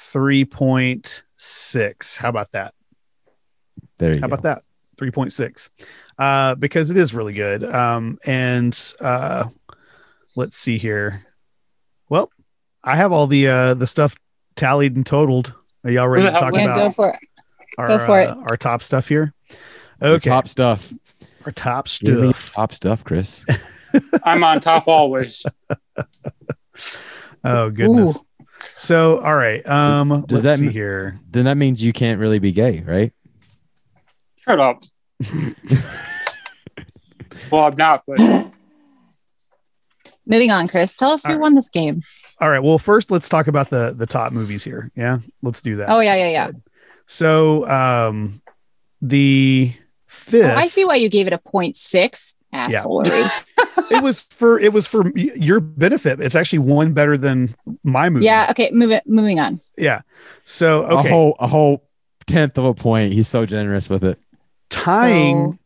Speaker 2: 3.6. How about that?
Speaker 3: there you
Speaker 2: How
Speaker 3: go.
Speaker 2: about that? 3.6. Uh, because it is really good. Um, and uh, let's see here. Well, I have all the uh, the stuff tallied and totaled. Are y'all ready to
Speaker 4: the hell-
Speaker 2: talk
Speaker 4: Yeah,
Speaker 5: Yeah, go
Speaker 2: about
Speaker 5: for it.
Speaker 2: our,
Speaker 5: go for it.
Speaker 2: uh, our top stuff here?
Speaker 3: Your
Speaker 2: Okay.
Speaker 3: top stuff.
Speaker 2: our top
Speaker 3: Give me
Speaker 2: stuff.
Speaker 3: top stuff, Chris.
Speaker 4: I'm on top always.
Speaker 2: Oh, goodness. So, all right. Um,
Speaker 3: Does
Speaker 2: let's
Speaker 3: that
Speaker 2: see
Speaker 3: m-
Speaker 2: here.
Speaker 3: then that means you can't really be gay, right?
Speaker 4: Shut up. well, I'm not, but
Speaker 5: Moving on, Chris. Tell us who
Speaker 2: All
Speaker 5: won this game.
Speaker 2: All right. Well, first, let's talk about the the top movies here. Yeah, let's do that.
Speaker 5: Oh yeah, yeah, yeah.
Speaker 2: So, um, the
Speaker 5: Oh,
Speaker 2: fifth.
Speaker 5: I see why you gave it a point six. Assholery.
Speaker 2: it was for it was for y- your benefit. It's actually one better than my movie.
Speaker 5: yeah. Okay. Move it. Moving on.
Speaker 2: Yeah. So
Speaker 3: A
Speaker 2: okay,
Speaker 4: Oh,
Speaker 3: whole a whole tenth of a point. He's so generous with it.
Speaker 2: tying
Speaker 5: So-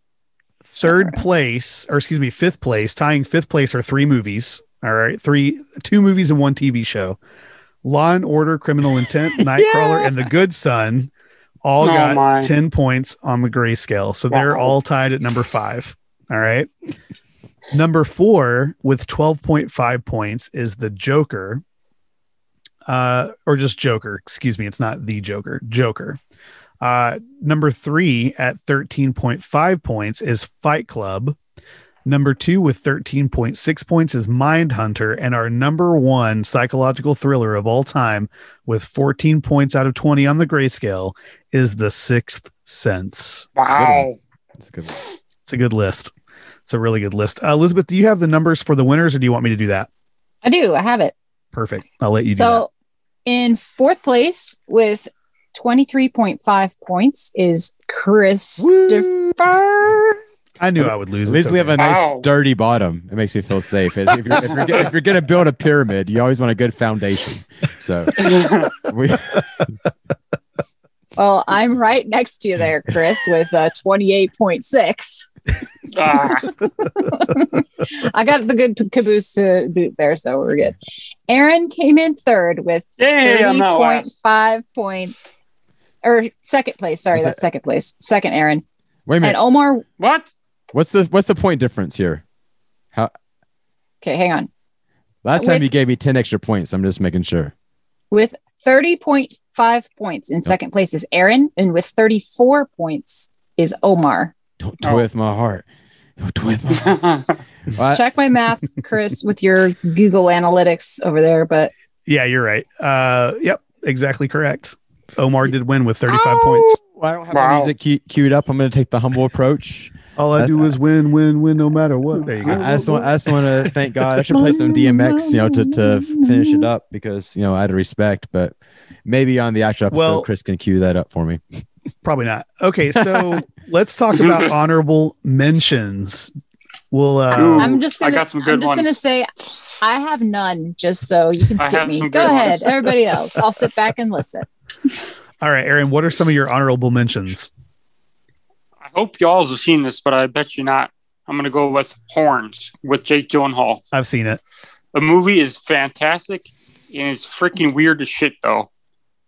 Speaker 2: third place, or excuse me, fifth place. Tying fifth place are three movies. All right, three two movies and one TV show. Law and Order, Criminal Intent, Nightcrawler, and The Good Son all
Speaker 4: Oh,
Speaker 2: got
Speaker 4: my.
Speaker 2: ten points on the grayscale. So they're
Speaker 4: Wow.
Speaker 2: all tied at number five. All right. number four with twelve point five points is the Joker. uh, or just Joker. Excuse me, it's not the Joker. Joker. Uh, number three at 13.5 points is Fight Club. Number two with 13.6 points is Mindhunter. And our number one psychological thriller of all time with 14 points out of 20 on the grayscale is The Sixth Sense.
Speaker 4: wow.
Speaker 3: That's a good. one.
Speaker 2: It's a good list. It's a really good list. Uh, Elizabeth, do you have the numbers for the winners or do you want me to do that?
Speaker 5: I do. I have it.
Speaker 2: Perfect. I'll let you do that.
Speaker 5: so in fourth place with 23.5 points is Christopher.
Speaker 2: I knew I would lose.
Speaker 3: At
Speaker 2: It's
Speaker 3: least we have
Speaker 2: okay.
Speaker 3: a nice
Speaker 4: Wow.
Speaker 3: sturdy bottom. It makes me feel safe. If if you're, if you're, gonna- if you're gonna build a pyramid, you always want a good foundation. So we,
Speaker 5: Well, I'm right next to you there, Chris, with uh, 28.6.
Speaker 4: Ah,
Speaker 5: I got the good caboose to boot there, so we're good. Aaron came in third with
Speaker 4: yay, I'm not last.
Speaker 5: 30.5 points. Or second place. Sorry,
Speaker 3: Was
Speaker 5: that's second place. Second, Aaron.
Speaker 3: wait a
Speaker 5: And
Speaker 3: minute.
Speaker 5: Omar.
Speaker 4: What?
Speaker 3: What's the what's the point difference here?
Speaker 5: Okay, hang on.
Speaker 3: Last time
Speaker 5: With-
Speaker 3: you gave me ten extra points. I'm just making sure.
Speaker 5: with 30.5 points in second place is Aaron, and with 34 points is Omar.
Speaker 3: Don't
Speaker 4: Oh.
Speaker 3: twist my heart. Don't twist my heart. Well, I-
Speaker 5: Check my math, Chris, with your Google Analytics over there, but
Speaker 2: Yeah, you're right. Uh, yep, exactly correct. Omar did win with 35
Speaker 3: Oh,
Speaker 2: points.
Speaker 3: I don't have
Speaker 4: Wow.
Speaker 3: my music que- queued up. I'm gonna take the humble approach.
Speaker 2: All I do is win, win, win, no matter what. There you go.
Speaker 3: I, I just want, I just want to thank God. I should play some DMX, you know, to, to finish it up because you know I had respect, but maybe on the actual episode,
Speaker 2: Well-
Speaker 3: Chris can cue that up for me.
Speaker 2: Probably not. Okay, so let's talk about honorable mentions. We'll
Speaker 4: Ooh,
Speaker 2: uh,
Speaker 5: I'm just
Speaker 4: Oh, I
Speaker 5: gonna
Speaker 4: got some good
Speaker 5: I'm just gonna
Speaker 4: ones.
Speaker 5: say I have none, just so you can
Speaker 4: I
Speaker 5: skip
Speaker 4: have
Speaker 5: me.
Speaker 4: some
Speaker 5: Go
Speaker 4: good
Speaker 5: ahead,
Speaker 4: ones.
Speaker 5: everybody else. I'll sit back and listen.
Speaker 2: all right, Aaron. What are some of your honorable mentions?
Speaker 4: I hope y'all have seen this, but I bet you not. I'm going to go with Horns with Jake Gyllenhaal.
Speaker 2: I've seen it.
Speaker 4: The movie is fantastic and it's freaking weird as shit, though.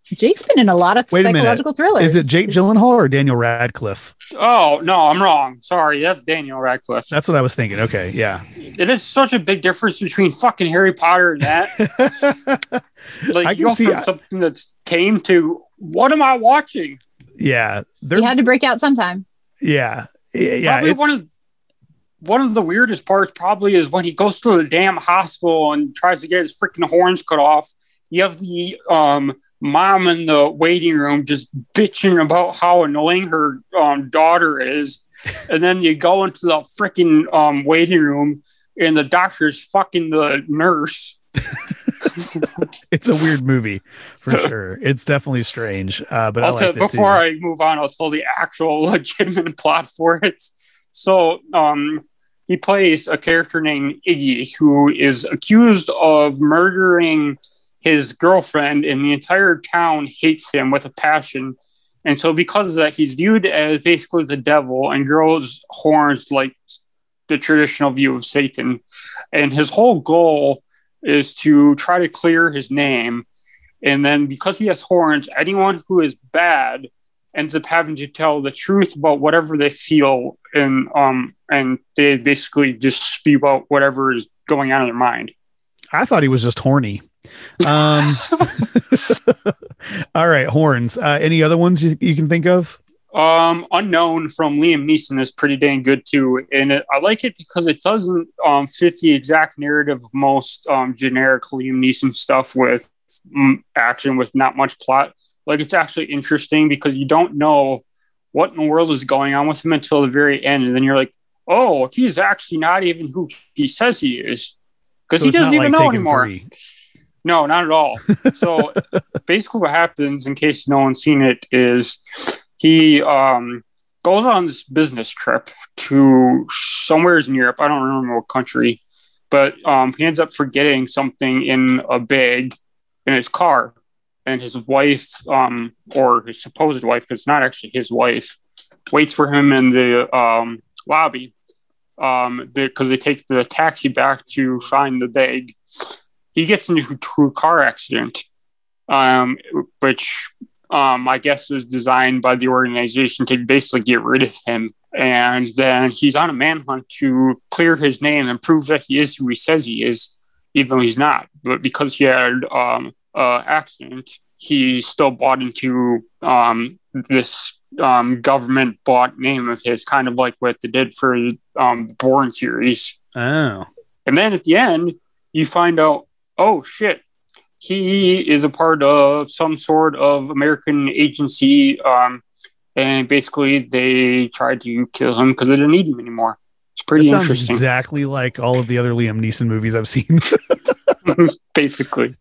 Speaker 5: Jake's been in a lot of
Speaker 2: Wait a minute.
Speaker 5: psychological thrillers.
Speaker 2: Is it Jake Gyllenhaal or Daniel Radcliffe?
Speaker 4: Oh no, I'm wrong. Sorry, that's Daniel Radcliffe.
Speaker 2: That's what I was thinking. Okay, yeah.
Speaker 4: It is such a big difference between fucking Harry Potter and that. Like
Speaker 2: I can
Speaker 4: you go
Speaker 2: see-
Speaker 4: from something that's tame to what am I watching?
Speaker 2: yeah, they're
Speaker 5: You had to break out sometime.
Speaker 2: yeah, yeah.
Speaker 4: probably
Speaker 2: It's,
Speaker 4: one of one of the weirdest parts probably is when he goes to the damn hospital and tries to get his freaking horns cut off. You have the um, mom in the waiting room just bitching about how annoying her um, daughter is, and then you go into the freaking um, waiting room and the doctor's fucking the nurse.
Speaker 2: it's a weird movie for sure. It's definitely strange. Uh, but I
Speaker 4: I'll tell,
Speaker 2: liked it, too.
Speaker 4: before I move on, I'll tell the actual legitimate plot for it. So, um, he plays a character named Iggy who is accused of murdering his girlfriend, and the entire town hates him with a passion. And so, because of that, he's viewed as basically the devil and grows horns like the traditional view of Satan. And his whole goal is to try to clear his name. And then, because he has horns, anyone who is bad ends up having to tell the truth about whatever they feel, and um, and they basically just spew out whatever is going on in their mind.
Speaker 2: I thought he was just horny. Um, all right, horns. Uh, any other ones you, you can think of?
Speaker 4: Um, Unknown from Liam Neeson is pretty dang good too, and it, I like it because it doesn't um, fit the exact narrative of most um, generic Liam Neeson stuff with mm, action with not much plot. Like it's actually interesting because you don't know what in the world is going on with him until the very end, and then you're like, oh, he's actually not even who he says he is because
Speaker 2: So
Speaker 4: he
Speaker 2: it's not
Speaker 4: doesn't
Speaker 2: like
Speaker 4: even know
Speaker 2: Taken
Speaker 4: anymore.
Speaker 2: Three.
Speaker 4: No, not at all. So basically, what happens, in case no one's seen it, is he um, goes on this business trip to somewhere in Europe. I don't remember what country, but um, he ends up forgetting something in a bag in his car. And his wife, um, or his supposed wife, because it's not actually his wife, waits for him in the um, lobby um, because they take the taxi back to find the bag he gets into a car accident, um, which um, I guess is designed by the organization to basically get rid of him. And then he's on a manhunt to clear his name and prove that he is who he says he is, even though he's not. But because he had um, uh, accident, he still bought into um, this um, government bought name of his, kind of like what they did for um, the Bourne series.
Speaker 2: Oh,
Speaker 4: And then at the end, you find out, oh shit, he is a part of some sort of American agency. Um, and basically, they tried to kill him because they didn't need him anymore. It's
Speaker 2: that
Speaker 4: pretty
Speaker 2: sounds
Speaker 4: interesting,
Speaker 2: exactly like all of the other Liam Neeson movies I've seen.
Speaker 4: basically.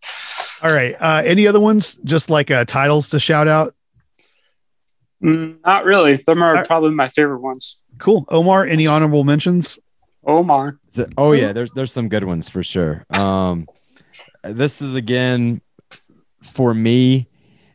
Speaker 2: all right, uh, any other ones? Just like uh, titles to shout out.
Speaker 4: Mm, not really. Them
Speaker 2: All
Speaker 4: are
Speaker 2: right.
Speaker 4: probably my favorite ones.
Speaker 2: Cool, Omar. Any honorable mentions?
Speaker 4: Omar.
Speaker 3: So- oh yeah, there's there's some good ones for sure. Um, this is again for me,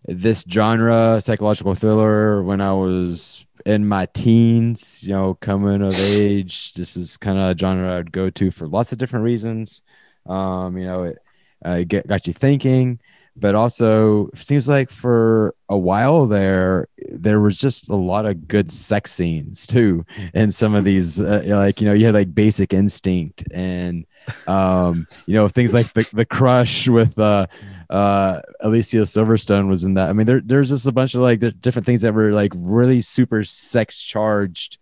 Speaker 3: this genre psychological thriller. When I was in my teens, you know, coming of age, this is kind of a genre I'd go to for lots of different reasons. Um, you know, it uh, get, got you thinking, but also it seems like for a while there, there was just a lot of good sex scenes too and some of these uh, like you know you had like basic instinct and um you know things like the, the crush with uh uh alicia silverstone was in that i mean there, there's just a bunch of like di- different things that were like really super sex charged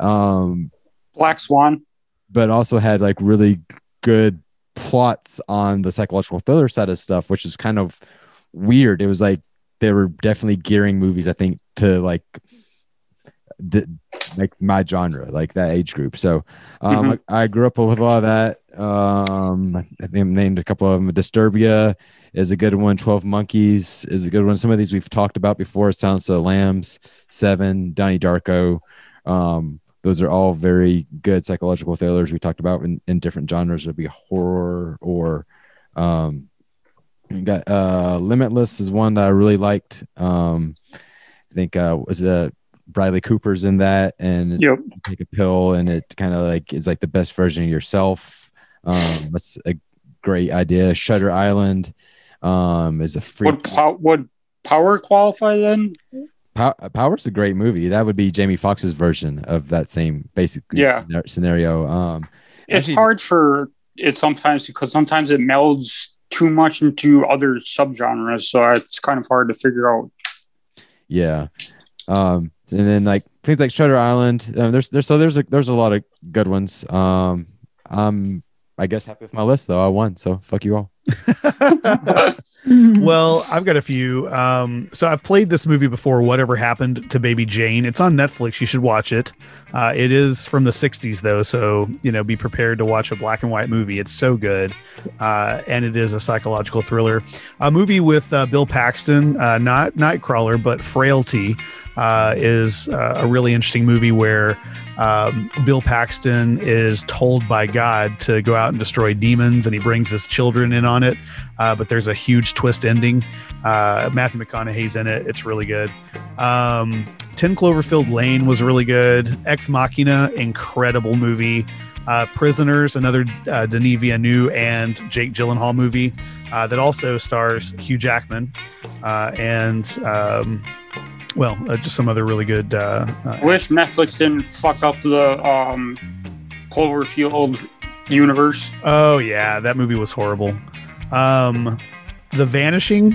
Speaker 3: um
Speaker 4: Black Swan.
Speaker 3: but also had like really good plots on the psychological thriller side of stuff which is kind of weird it was like they were definitely gearing movies i think to like the like my genre like that age group so um I, I grew up with a lot of that um i think I named a couple of them disturbia is a good one 12 monkeys is a good one some of these we've talked about before sounds of the lambs seven donnie darko um those are all very good psychological thrillers we talked about in, in different genres would be horror or um you got uh limitless is one that i really liked um i think uh was uh bradley cooper's in that and it's,
Speaker 4: Yep.
Speaker 3: you take a pill and it kind of like is like the best version of yourself um that's a great idea shutter island um is a free
Speaker 4: Would, Plow- would Power qualify then?
Speaker 3: Pow- Power's a great movie. That would be Jamie Foxx's version of that same basically
Speaker 4: Yeah.
Speaker 3: scenar- scenario. Um,
Speaker 4: It's
Speaker 3: Actually-
Speaker 4: hard for it sometimes because sometimes it melds too much into other subgenres, so it's kind of hard to figure out.
Speaker 3: yeah. Um, and then like things like Shutter Island. Um, there's there's so there's a there's a lot of good ones. Um, I'm I guess happy with my list though. I won, so fuck you all.
Speaker 5: Mm-hmm.
Speaker 2: Well, I've got a few. Um, so I've played this movie before. Whatever happened to Baby Jane? It's on Netflix. You should watch it. Uh, it is from the '60s though, so you know, be prepared to watch a black and white movie. It's so good, uh, and it is a psychological thriller. A movie with uh, Bill Paxton, uh, not Nightcrawler, but Frailty. Uh, is uh, a really interesting movie where um, Bill Paxton is told by God to go out and destroy demons, and he brings his children in on it uh, but there's a huge twist ending. Uh, Matthew McConaughey's in it. It's really good. Um, 10 Cloverfield Lane was really good. Ex Machina, incredible movie. Uh, Prisoners, another uh, Denis Villeneuve and Jake Gyllenhaal movie uh, that also stars Hugh Jackman uh, and, um, well, uh, just some other really good. Uh,
Speaker 4: I
Speaker 2: uh,
Speaker 4: wish Netflix didn't fuck up the um, Cloverfield universe.
Speaker 2: oh, yeah, that movie was horrible. Um, The Vanishing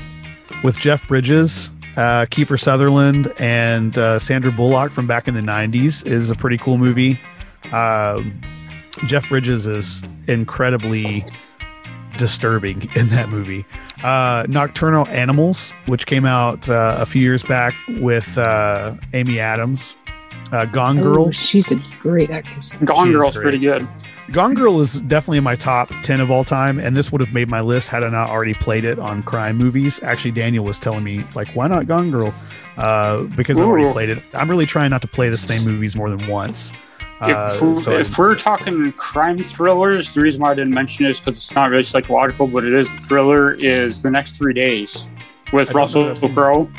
Speaker 2: with Jeff Bridges, uh, Kiefer Sutherland, and uh, Sandra Bullock from back in the 90s is a pretty cool movie. Um Jeff Bridges is incredibly disturbing in that movie. Uh, Nocturnal Animals, which came out uh, a few years back with uh, Amy Adams. Uh, Gone Girl.
Speaker 5: Oh, she's a great actress.
Speaker 4: Gone
Speaker 2: She is
Speaker 4: Girl's
Speaker 2: great.
Speaker 4: pretty good.
Speaker 2: Gone Girl is definitely in my top 10 of all time, and this would have made my list had I not already played it on crime movies. Actually, Daniel was telling me, like, why not Gone Girl? Uh, because I already
Speaker 4: Ooh.
Speaker 2: played it. I'm really trying not to play the same movies more than once. Uh,
Speaker 4: if, we-
Speaker 2: so I-
Speaker 4: if we're talking crime thrillers, the reason why I didn't mention it is because it's not really psychological, but it is a thriller. Is the next three days
Speaker 2: I
Speaker 4: with
Speaker 2: don't know if
Speaker 4: Russell
Speaker 2: I've seen
Speaker 4: Crowe?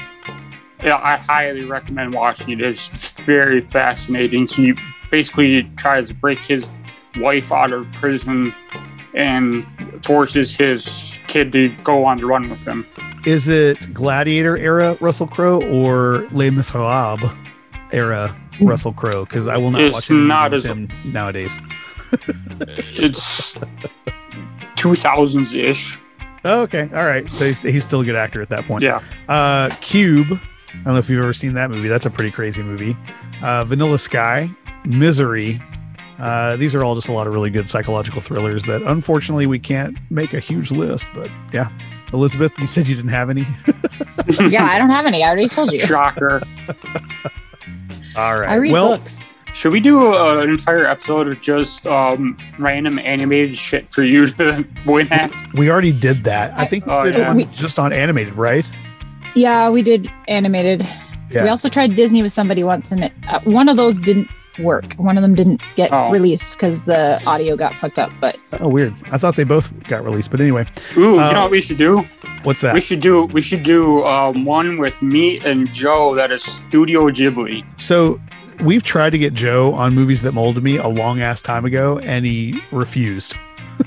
Speaker 4: Yeah, I highly recommend watching it. It's very fascinating. He basically tries to break his wife out of prison and forces his kid to go on the run with him.
Speaker 2: is it Gladiator era Russell Crowe or Les Miserables era Russell Crowe? Because I will not
Speaker 4: It's
Speaker 2: watch anything
Speaker 4: not
Speaker 2: with
Speaker 4: as-
Speaker 2: him nowadays.
Speaker 4: It's two thousands ish.
Speaker 2: Oh, okay. All right. So he's, he's still a good actor at that point.
Speaker 4: Yeah.
Speaker 2: Uh, Cube. I don't know if you've ever seen that movie. That's a pretty crazy movie. Uh, Vanilla Sky, Misery. Uh, these are all just a lot of really good psychological thrillers that unfortunately we can't make a huge list, but yeah. Elizabeth, you said you didn't have any.
Speaker 5: yeah, I don't have any. I already told you.
Speaker 4: Shocker.
Speaker 2: All right.
Speaker 5: I read
Speaker 2: well,
Speaker 5: books.
Speaker 4: Should we do uh an entire episode of just um, random animated shit for you to win at?
Speaker 2: we already did that. I
Speaker 5: I-
Speaker 2: think
Speaker 4: Oh,
Speaker 2: we did
Speaker 4: yeah.
Speaker 2: one
Speaker 5: We-
Speaker 2: just on animated, right?
Speaker 5: Yeah, we did animated.
Speaker 2: Yeah.
Speaker 5: We also tried Disney with somebody once, and it, uh, one of those didn't work. One of them didn't get
Speaker 4: Oh.
Speaker 5: released because the audio got fucked up. But
Speaker 2: Oh, weird. I thought they both got released, but anyway,
Speaker 4: Ooh,
Speaker 2: Uh,
Speaker 4: you know what we should do?
Speaker 2: what's that?
Speaker 4: We should do we should do um, one with me and Joe that is Studio Ghibli.
Speaker 2: So we've tried to get Joe on movies that molded me a long ass time ago, and he refused.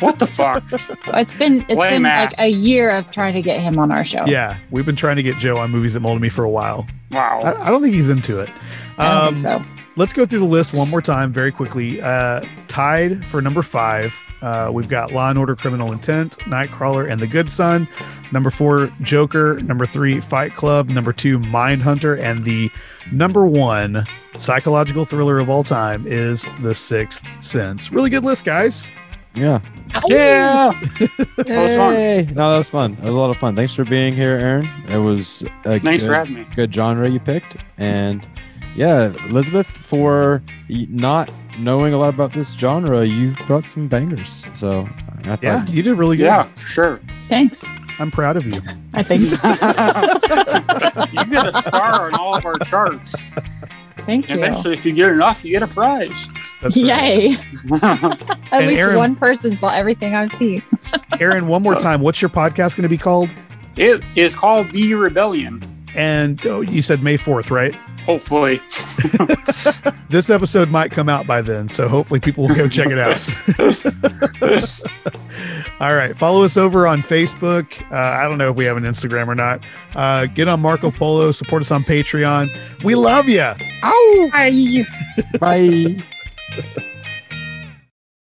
Speaker 4: What the fuck?
Speaker 5: it's been it's
Speaker 4: Lame
Speaker 5: been
Speaker 4: ass.
Speaker 5: like a year of trying to get him on our show.
Speaker 2: Yeah, we've been trying to get Joe on movies that molded me for a while. I,
Speaker 4: Wow.
Speaker 2: I don't think he's into it. Um,
Speaker 5: I don't think so.
Speaker 2: Let's go through the list one more time, very quickly. Uh, tied for number five, uh, we've got Law and Order: Criminal Intent, Nightcrawler, and The Good Son. Number four, Joker. Number three, Fight Club. Number two, Mindhunter, and the number one psychological thriller of all time is The Sixth Sense. Really good list, guys.
Speaker 3: Yeah.
Speaker 4: Yeah. That was fun.
Speaker 3: Hey! No, that was fun. That was a lot of fun. Thanks for being here, Aaron. It was a
Speaker 4: Thanks
Speaker 3: good,
Speaker 4: for having me.
Speaker 3: good genre you picked, and yeah, Elizabeth, for y- not knowing a lot about this genre, you brought some bangers. So I thought,
Speaker 2: Yeah, Uh, you did really good.
Speaker 4: Yeah, for sure.
Speaker 5: Thanks.
Speaker 2: I'm proud of you.
Speaker 5: I think.
Speaker 4: You get a star on all of our charts.
Speaker 5: Thank you.
Speaker 4: Eventually, if you get enough, you get a prize.
Speaker 2: That's right.
Speaker 5: Yay! At
Speaker 2: And
Speaker 5: least
Speaker 2: Aaron-
Speaker 5: one person saw everything I've seen.
Speaker 2: Aaron, one more time. What's your podcast going to be called?
Speaker 4: it is called The Rebellion.
Speaker 2: And oh, you said May 4th, right?
Speaker 4: Hopefully.
Speaker 2: This episode might come out by then. So hopefully people will go check it out. All right. Follow us over on Facebook. Uh, I don't know if we have an Instagram or not. Uh, get on Marco Polo. Support us on Patreon. We love you.
Speaker 5: Bye.
Speaker 3: Bye.